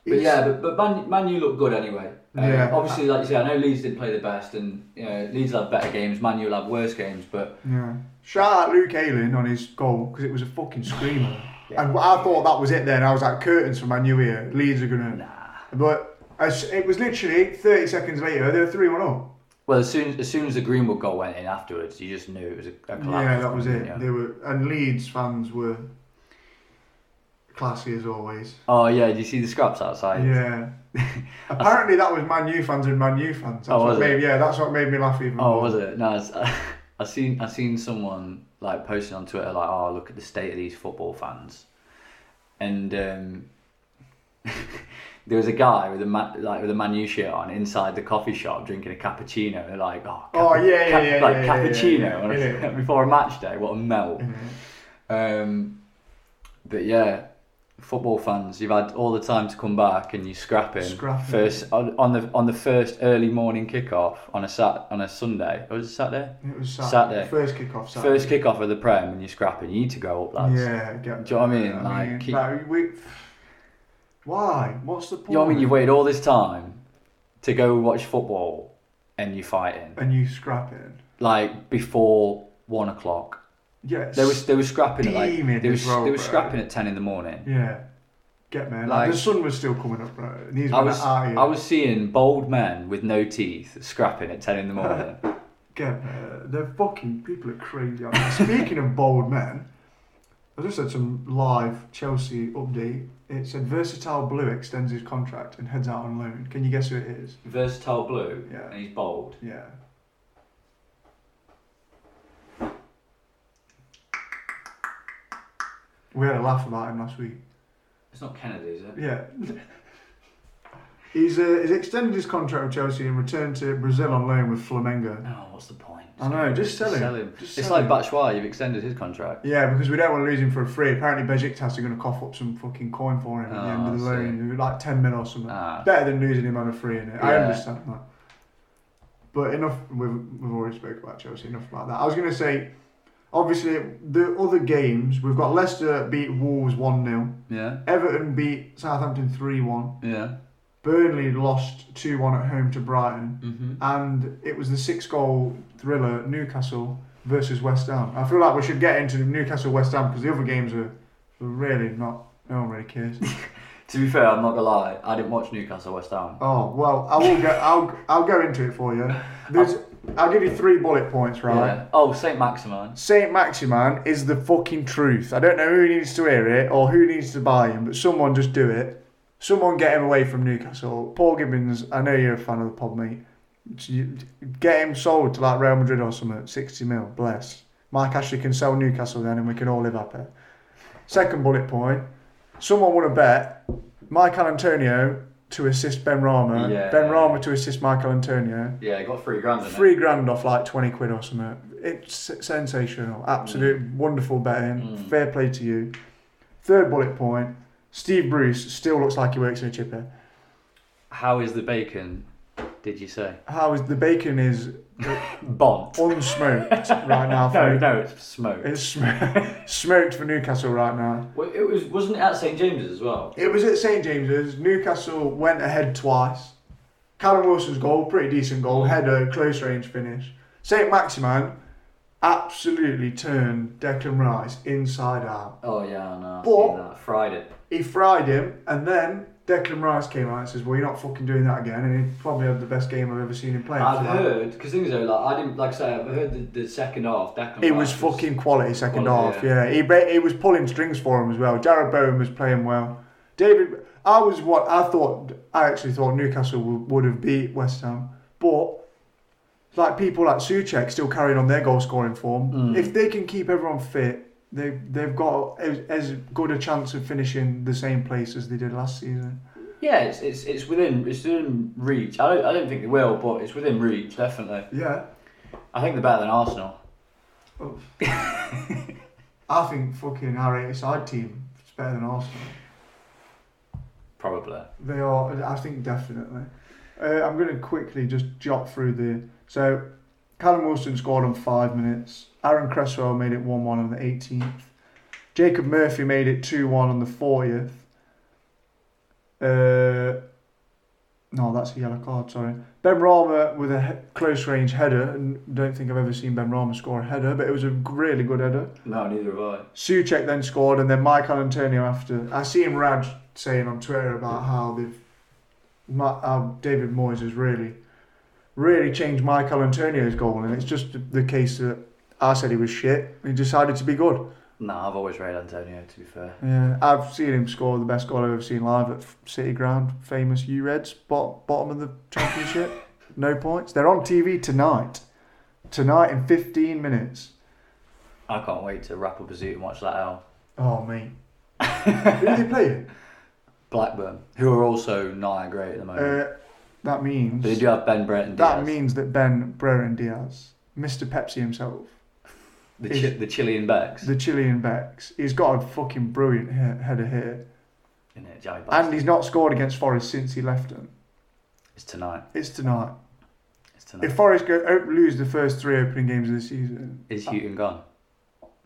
Speaker 1: But
Speaker 2: He's-
Speaker 1: yeah, but, but Man, Man U looked good anyway. Uh,
Speaker 2: Yeah.
Speaker 1: Obviously, like you say, I know Leeds didn't play the best, and you know, Leeds will have better games. Man U will have worse games, but
Speaker 2: Yeah. Shout out Luke Ayling on his goal because it was a fucking screamer.
Speaker 1: Yeah.
Speaker 2: And I thought that was it then. I was like, curtains for my new year. Leeds are going to.
Speaker 1: nah.
Speaker 2: But as, it was literally 30 seconds later, they were 3 1 up.
Speaker 1: Well, as soon as soon as the Greenwood goal went in afterwards, you just knew it was a, a collapse.
Speaker 2: Yeah, that was it.
Speaker 1: Yeah.
Speaker 2: They were And Leeds fans were classy as always.
Speaker 1: Oh yeah, did you see the scraps outside?
Speaker 2: Yeah. Apparently that was Man U fans and Man U fans. That's
Speaker 1: Oh,
Speaker 2: what
Speaker 1: was
Speaker 2: made,
Speaker 1: it?
Speaker 2: Yeah, that's what made me laugh even
Speaker 1: Oh,
Speaker 2: more.
Speaker 1: was it? No, it's, I seen I seen someone like posting on Twitter like, "Oh, look at the state of these football fans," and um, there was a guy with a ma- like with a Manu shirt on inside the coffee shop drinking a cappuccino. They're like, "Oh,
Speaker 2: Oh, yeah, yeah, yeah,
Speaker 1: like
Speaker 2: yeah, yeah,
Speaker 1: cappuccino
Speaker 2: yeah, yeah,
Speaker 1: on a-
Speaker 2: yeah.
Speaker 1: before a match day. What a melt!"
Speaker 2: Yeah.
Speaker 1: Um, but yeah, football fans, you've had all the time to come back, and you scrapping.
Speaker 2: Scrapping.
Speaker 1: first on, on the on the first early morning kickoff on a sat on a Sunday. Or was it Saturday?
Speaker 2: It was Saturday.
Speaker 1: Saturday.
Speaker 2: First kick-off Saturday.
Speaker 1: First kickoff of the Prem, and you're scrapping. You need to go up, lads.
Speaker 2: Yeah, get,
Speaker 1: Do you know what I mean? Like, keep-
Speaker 2: like, we, why? What's the point?
Speaker 1: You know what I mean? You've waited all this time to go watch football, and you're fighting
Speaker 2: and you scrap it.
Speaker 1: like before one o'clock.
Speaker 2: Yes.
Speaker 1: They was they were scrapping at like
Speaker 2: Steaming
Speaker 1: they
Speaker 2: as
Speaker 1: was
Speaker 2: well,
Speaker 1: they were
Speaker 2: bro.
Speaker 1: scrapping at ten in the morning.
Speaker 2: Yeah. Get man. Like,
Speaker 1: Like-
Speaker 2: the sun was still coming up, bro. And these
Speaker 1: I
Speaker 2: men
Speaker 1: was
Speaker 2: are "Ah,
Speaker 1: I was seeing bald men with no teeth scrapping at ten in the morning.
Speaker 2: Get man. uh, They're fucking people are crazy. aren't they? Speaking of bold men, I just had some live Chelsea update. It said Versatile Blue extends his contract and heads out on loan. Can you guess who it is?
Speaker 1: Versatile blue,
Speaker 2: Yeah.
Speaker 1: and he's bold.
Speaker 2: Yeah. We had a laugh about him last week.
Speaker 1: It's not Kennedy, is it?
Speaker 2: Yeah. he's, uh, he's extended his contract with Chelsea and returned to Brazil on loan with Flamengo.
Speaker 1: No, Oh, what's the point?
Speaker 2: I know, just sell him. Just
Speaker 1: it's
Speaker 2: sell
Speaker 1: like
Speaker 2: him.
Speaker 1: Batshuayi, you've extended his contract.
Speaker 2: Yeah, because we don't want to lose him for free. Apparently, Besiktas are going to cough up some fucking coin for him at the end
Speaker 1: Oh,
Speaker 2: of the
Speaker 1: I see.
Speaker 2: loan, like 10 mil or something.
Speaker 1: Ah,
Speaker 2: Better than losing him on a free, innit? I
Speaker 1: Yeah.
Speaker 2: understand that. But enough, we've, we've already spoke about Chelsea, enough about that. I was going to say, obviously, the other games, we've got Leicester beat Wolves 1 0,
Speaker 1: yeah,
Speaker 2: Everton beat Southampton 3 1,
Speaker 1: yeah.
Speaker 2: Burnley lost 2 1 at home to Brighton,
Speaker 1: Mm-hmm.
Speaker 2: and it was the six goal thriller Newcastle versus West Ham. I feel like we should get into Newcastle West Ham because the other games are really not, no one really cares.
Speaker 1: To be fair, I'm not gonna lie, I didn't watch Newcastle West Ham.
Speaker 2: Oh well, I will go. I'll I'll go into it for you. There's, I'll give you three bullet points, right?
Speaker 1: Yeah. Oh, Saint Maximin.
Speaker 2: Saint Maximan is the fucking truth. I don't know who needs to hear it or who needs to buy him, but someone just do it. Someone get him away from Newcastle. Paul Gibbons, I know you're a fan of the pod, mate. You- Get him sold to like Real Madrid or something. Sixty mil, bless. Mike Ashley can sell Newcastle then, and we can all live happy. Second bullet point: someone won a bet. Michael Antonio to assist Ben Rama.
Speaker 1: Yeah.
Speaker 2: Ben Rama to assist Michael Antonio.
Speaker 1: Yeah, he got three grand. didn't he?
Speaker 2: Three grand off like 20 quid or something. It's sensational. Absolute wonderful betting.
Speaker 1: Mm.
Speaker 2: Fair play to you. Third bullet point Steve Bruce still looks like he works in a chipper.
Speaker 1: How is the bacon? Did you say
Speaker 2: How is the bacon is
Speaker 1: bond?
Speaker 2: unsmoked right now?
Speaker 1: No,
Speaker 2: For,
Speaker 1: no, it's smoke.
Speaker 2: It's sm- smoked for Newcastle right now.
Speaker 1: Well, it was wasn't it at Saint James's as well.
Speaker 2: It was at St James's. Newcastle went ahead twice. Callum Wilson's goal, pretty decent goal, header, close range finish. St Maximan absolutely turned Declan Rice inside out.
Speaker 1: Oh yeah, no, I
Speaker 2: But-
Speaker 1: seen that Friday.
Speaker 2: he fried him, and then Declan Rice came out and says, "Well, you're not fucking doing that again." And he probably had the best game I've ever seen him play.
Speaker 1: I've
Speaker 2: after that.
Speaker 1: heard because things are like I didn't like I say I've heard the, the second half. Declan
Speaker 2: It was
Speaker 1: Rice
Speaker 2: fucking quality second
Speaker 1: Quality,
Speaker 2: half. Yeah,
Speaker 1: yeah.
Speaker 2: he ba- he was pulling strings for him as well. Jared Bowen was playing well. David, I was what I thought. I actually thought Newcastle w- would have beat West Ham, but like people like Suchek still carrying on their goal scoring form.
Speaker 1: Mm.
Speaker 2: If they can keep everyone fit, they they've got as, as good a chance of finishing the same place as they did last season.
Speaker 1: Yeah, it's, it's it's within it's within reach. I don't I don't think they will, but it's within reach definitely.
Speaker 2: Yeah.
Speaker 1: I think they're better than Arsenal.
Speaker 2: I think fucking our 8 side team is better than Arsenal.
Speaker 1: Probably.
Speaker 2: They are, I think definitely. Uh, I'm going to quickly just jot through the So Callum Wilson scored on five minutes. Aaron Cresswell made it 1 1 on the 18th. Jacob Murphy made it 2 1 on the 40th. Uh, no, that's a yellow card, sorry. Ben Rama with a he- close range header, and don't think I've ever seen Ben Rama score a header, but it was a really good header.
Speaker 1: No, neither have I.
Speaker 2: Suchek then scored, and then Michael Antonio after. I seen Raj saying on Twitter about how they've, Ma- how David Moyes has really, really changed Michael Antonio's goal, and it's just the case that I said he was shit. He decided to be good.
Speaker 1: Nah, I've always rated Antonio. To be fair,
Speaker 2: Yeah, I've seen him score the best goal I've ever seen live at City Ground, famous U Reds, bot- bottom of the championship, no points. They're on TV tonight, tonight in fifteen minutes.
Speaker 1: I can't wait to wrap up a seat and watch that out.
Speaker 2: Oh mate, who are they playing?
Speaker 1: Blackburn, who are also not that great at the moment.
Speaker 2: Uh, that means
Speaker 1: but they do have Ben Brett and
Speaker 2: that
Speaker 1: Diaz.
Speaker 2: means that Ben Brereton Diaz, Mr. Pepsi himself,
Speaker 1: the, chi- the Chilean backs.
Speaker 2: the Chilean backs, he's got a fucking brilliant he- header here,
Speaker 1: Innit, Jamie
Speaker 2: and
Speaker 1: Baxter.
Speaker 2: he's not scored against Forest since he left them.
Speaker 1: It's tonight.
Speaker 2: It's tonight.
Speaker 1: It's tonight.
Speaker 2: If Forest go o- lose the first three opening games of the season,
Speaker 1: Is Houghton gone?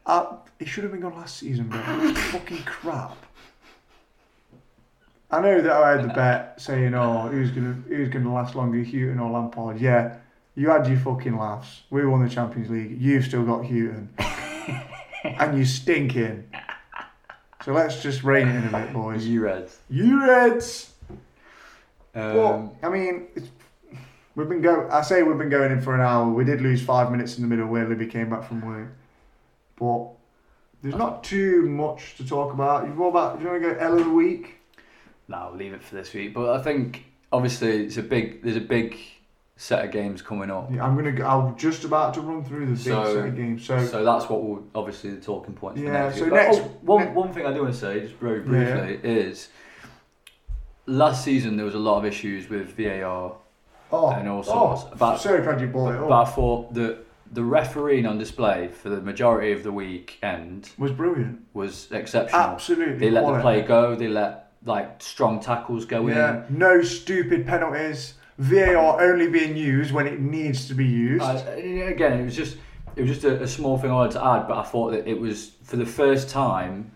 Speaker 2: uh, he should have been gone last season, bro. fucking crap. I know that I had the bet saying, "Oh, who's gonna who's gonna last longer, Houghton or Lampard?" Yeah, you had your fucking laughs. We won the Champions League. You've still got Houghton, and you stinking. So let's just rein it in a bit, boys.
Speaker 1: You Reds.
Speaker 2: You Reds.
Speaker 1: Um,
Speaker 2: Well, I mean, it's, we've been go. I say we've been going in for an hour. We did lose five minutes in the middle where Libby came back from work, but there's not too much to talk about. You what about? Do you want to go L of the week?
Speaker 1: no, I'll leave it for this week. But I think obviously it's a big. There's a big set of games coming up.
Speaker 2: Yeah, I'm gonna. Go, I'm just about to run through the big
Speaker 1: So-
Speaker 2: set of games. So,
Speaker 1: So that's what will obviously the talking points. for
Speaker 2: Yeah,
Speaker 1: next
Speaker 2: so
Speaker 1: week.
Speaker 2: next-
Speaker 1: oh, one
Speaker 2: ne-
Speaker 1: one thing I do want to say just very
Speaker 2: Yeah.
Speaker 1: briefly is last season there was a lot of issues with VAR,
Speaker 2: oh,
Speaker 1: and all
Speaker 2: oh,
Speaker 1: sorts. But-
Speaker 2: so glad you brought it
Speaker 1: but
Speaker 2: up.
Speaker 1: I thought that the refereeing on display for the majority of the weekend
Speaker 2: was brilliant.
Speaker 1: was exceptional.
Speaker 2: Absolutely.
Speaker 1: They let the
Speaker 2: quality.
Speaker 1: play go. They let like strong tackles go in.
Speaker 2: Yeah. No stupid penalties. VAR only being used when it needs to be used.
Speaker 1: Uh, again, it was just it was just a, a small thing I wanted to add, but I thought that it was for the first time.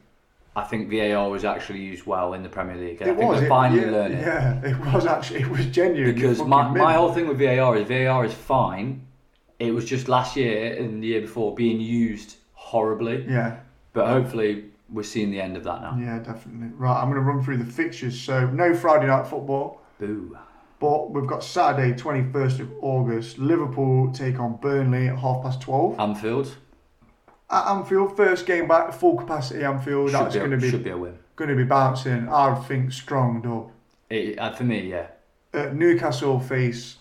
Speaker 1: I think VAR was actually used well in the Premier League. And I think they're finally
Speaker 2: yeah,
Speaker 1: learning
Speaker 2: Yeah, it was actually it was genuine.
Speaker 1: because
Speaker 2: You
Speaker 1: my,
Speaker 2: fucking
Speaker 1: my
Speaker 2: mint.
Speaker 1: whole thing with VAR is VAR is fine. It was just last year and the year before being used horribly,
Speaker 2: yeah,
Speaker 1: but hopefully we're seeing the end of that now.
Speaker 2: yeah, definitely. Right, I'm going to run through the fixtures. So no Friday night football,
Speaker 1: Boo!
Speaker 2: but we've got Saturday, 21st of August. Liverpool take on Burnley at half past 12
Speaker 1: Anfield
Speaker 2: at Anfield. First game back, full capacity Anfield.
Speaker 1: should
Speaker 2: That's
Speaker 1: be, a-
Speaker 2: going to be
Speaker 1: should be a win.
Speaker 2: going to be bouncing. I think strong dub.
Speaker 1: It, uh, for me, yeah.
Speaker 2: Uh, Newcastle face.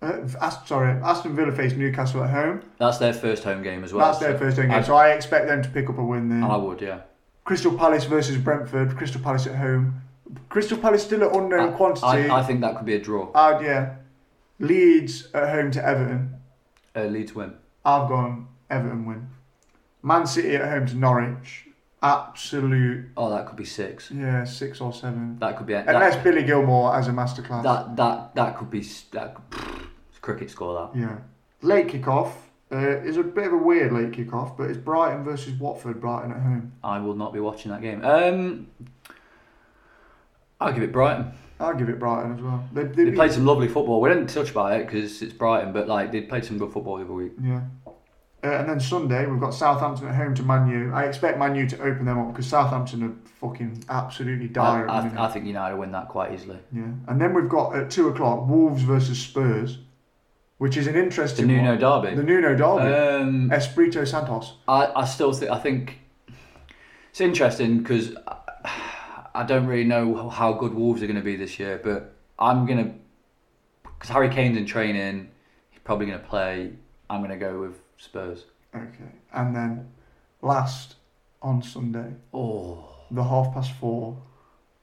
Speaker 2: Uh, Ast- sorry, Aston Villa face Newcastle at home.
Speaker 1: That's their first home game as well.
Speaker 2: That's their
Speaker 1: so-
Speaker 2: first home game,
Speaker 1: I-
Speaker 2: so I expect them to pick up a win there.
Speaker 1: I would, yeah.
Speaker 2: Crystal Palace versus Brentford. Crystal Palace at home. Crystal Palace still an unknown quantity.
Speaker 1: I, I think that could be a draw.
Speaker 2: Uh, yeah. Leeds at home to Everton.
Speaker 1: Uh, Leeds win.
Speaker 2: I've gone Everton win. Man City at home to Norwich. Absolute,
Speaker 1: Oh, that could be six.
Speaker 2: yeah, six or seven.
Speaker 1: That could be.
Speaker 2: Unless
Speaker 1: That,
Speaker 2: Billy Gilmore as a masterclass.
Speaker 1: that that that could be s- that. could- Cricket score that.
Speaker 2: Yeah. Late kickoff. Uh, is a bit of a weird late kickoff, but it's Brighton versus Watford. Brighton at home.
Speaker 1: I will not be watching that game. Um, I'll give it Brighton.
Speaker 2: I'll give it Brighton as well. They,
Speaker 1: They
Speaker 2: beat-
Speaker 1: played some lovely football. We didn't touch about it because it's Brighton, but like they played some good football the other week.
Speaker 2: Yeah. Uh, and then Sunday we've got Southampton at home to Man U. I expect Man U to open them up because Southampton are fucking absolutely
Speaker 1: I,
Speaker 2: dire. at the
Speaker 1: I, I
Speaker 2: minute.
Speaker 1: think United win that quite easily.
Speaker 2: yeah. And then we've got at two o'clock Wolves versus Spurs, which is an
Speaker 1: The
Speaker 2: interesting
Speaker 1: Nuno
Speaker 2: one. The
Speaker 1: derby.
Speaker 2: Nuno derby.
Speaker 1: Um,
Speaker 2: Espirito Santos.
Speaker 1: I, I still think I think it's interesting because I, I don't really know how good Wolves are going to be this year, but I'm gonna because Harry Kane's in training, he's probably going to play. I'm going to go with Spurs.
Speaker 2: Okay. And then last on Sunday,
Speaker 1: Oh,
Speaker 2: the half past four.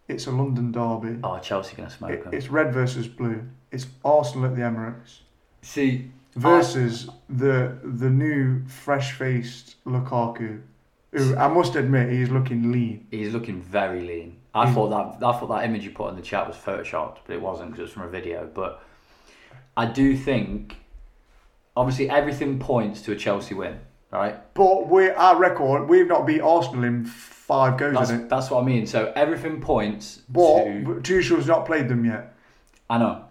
Speaker 2: It's a London derby.
Speaker 1: oh, Chelsea going to
Speaker 2: It-
Speaker 1: smoke them.
Speaker 2: it's red versus blue. It's Arsenal at the Emirates.
Speaker 1: See,
Speaker 2: versus the the new fresh faced Lukaku, who I must admit he's looking lean.
Speaker 1: he's looking very lean. I
Speaker 2: He's-
Speaker 1: thought that I thought that image you put in the chat was photoshopped, but it wasn't because it was from a video. But I do think obviously everything points to a Chelsea win, right?
Speaker 2: But we our record, we've not beat Arsenal in five goes
Speaker 1: That's,
Speaker 2: in it.
Speaker 1: that's what I mean. So everything points
Speaker 2: But
Speaker 1: to
Speaker 2: Tuchel's not played them yet.
Speaker 1: I know.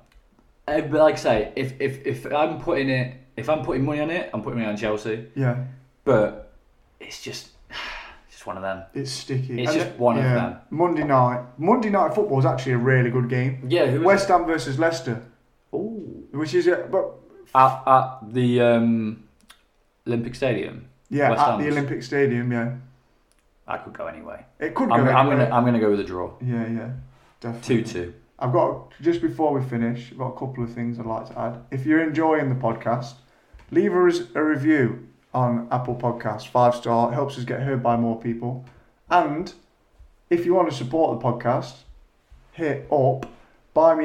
Speaker 1: Uh, But like I say, if, if if I'm putting it, if I'm putting money on it, I'm putting money on Chelsea.
Speaker 2: Yeah,
Speaker 1: But it's just, it's just one of them.
Speaker 2: it's sticky.
Speaker 1: It's
Speaker 2: And
Speaker 1: just
Speaker 2: it-
Speaker 1: one of
Speaker 2: yeah.
Speaker 1: them.
Speaker 2: Monday night, Monday night football is actually a really good game.
Speaker 1: Yeah, who was
Speaker 2: West Ham versus Leicester,
Speaker 1: Ooh.
Speaker 2: which is a, but
Speaker 1: at at the um, Olympic Stadium?
Speaker 2: yeah
Speaker 1: West
Speaker 2: at the
Speaker 1: Ham's.
Speaker 2: Olympic Stadium. Yeah,
Speaker 1: I could go anyway.
Speaker 2: it could
Speaker 1: I'm,
Speaker 2: go.
Speaker 1: I'm
Speaker 2: anywhere.
Speaker 1: gonna I'm gonna go with a draw.
Speaker 2: Yeah, yeah, definitely.
Speaker 1: Two two.
Speaker 2: I've got just before we finish, I've got a couple of things I'd like to add. If you're enjoying the podcast, leave us a review on Apple Podcasts, five star. It helps us get heard by more people. And if you want to support the podcast, hit up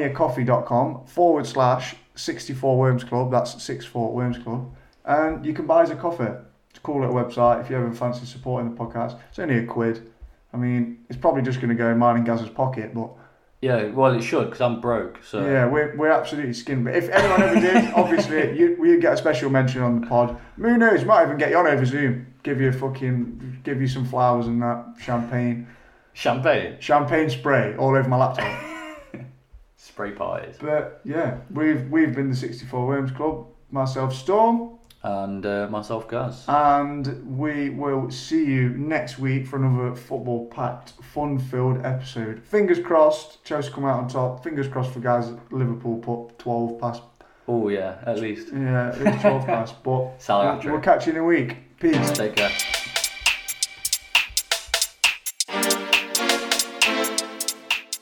Speaker 2: buymeacoffee.com forward slash 64 Worms Club. That's 64 Worms Club. And you can buy us a coffee. It's a cool little website if you ever fancy supporting the podcast. It's only a quid. I mean, it's probably just going to go in mine and Gaz's pocket, but
Speaker 1: Yeah, well it should because I'm broke. So
Speaker 2: yeah, we're, we're absolutely skinned. But if anyone ever did, obviously, you, we'd get a special mention on the pod. Who knows? Might even get you on over Zoom. Give you a fucking, give you some flowers and that champagne,
Speaker 1: champagne
Speaker 2: champagne spray all over my laptop.
Speaker 1: spray parties
Speaker 2: But yeah, we've we've been the 64 Worms Club. Myself, Storm,
Speaker 1: and uh, myself, Gaz.
Speaker 2: and we will see you next week for another football-packed, fun-filled episode. Fingers crossed, Chelsea come out on top. Fingers crossed for guys. at Liverpool put 12 past.
Speaker 1: Oh yeah, at least
Speaker 2: Yeah, it was 12 past, but.
Speaker 1: Salah
Speaker 2: We'll
Speaker 1: after.
Speaker 2: catch you in a week. Peace.
Speaker 1: Take care.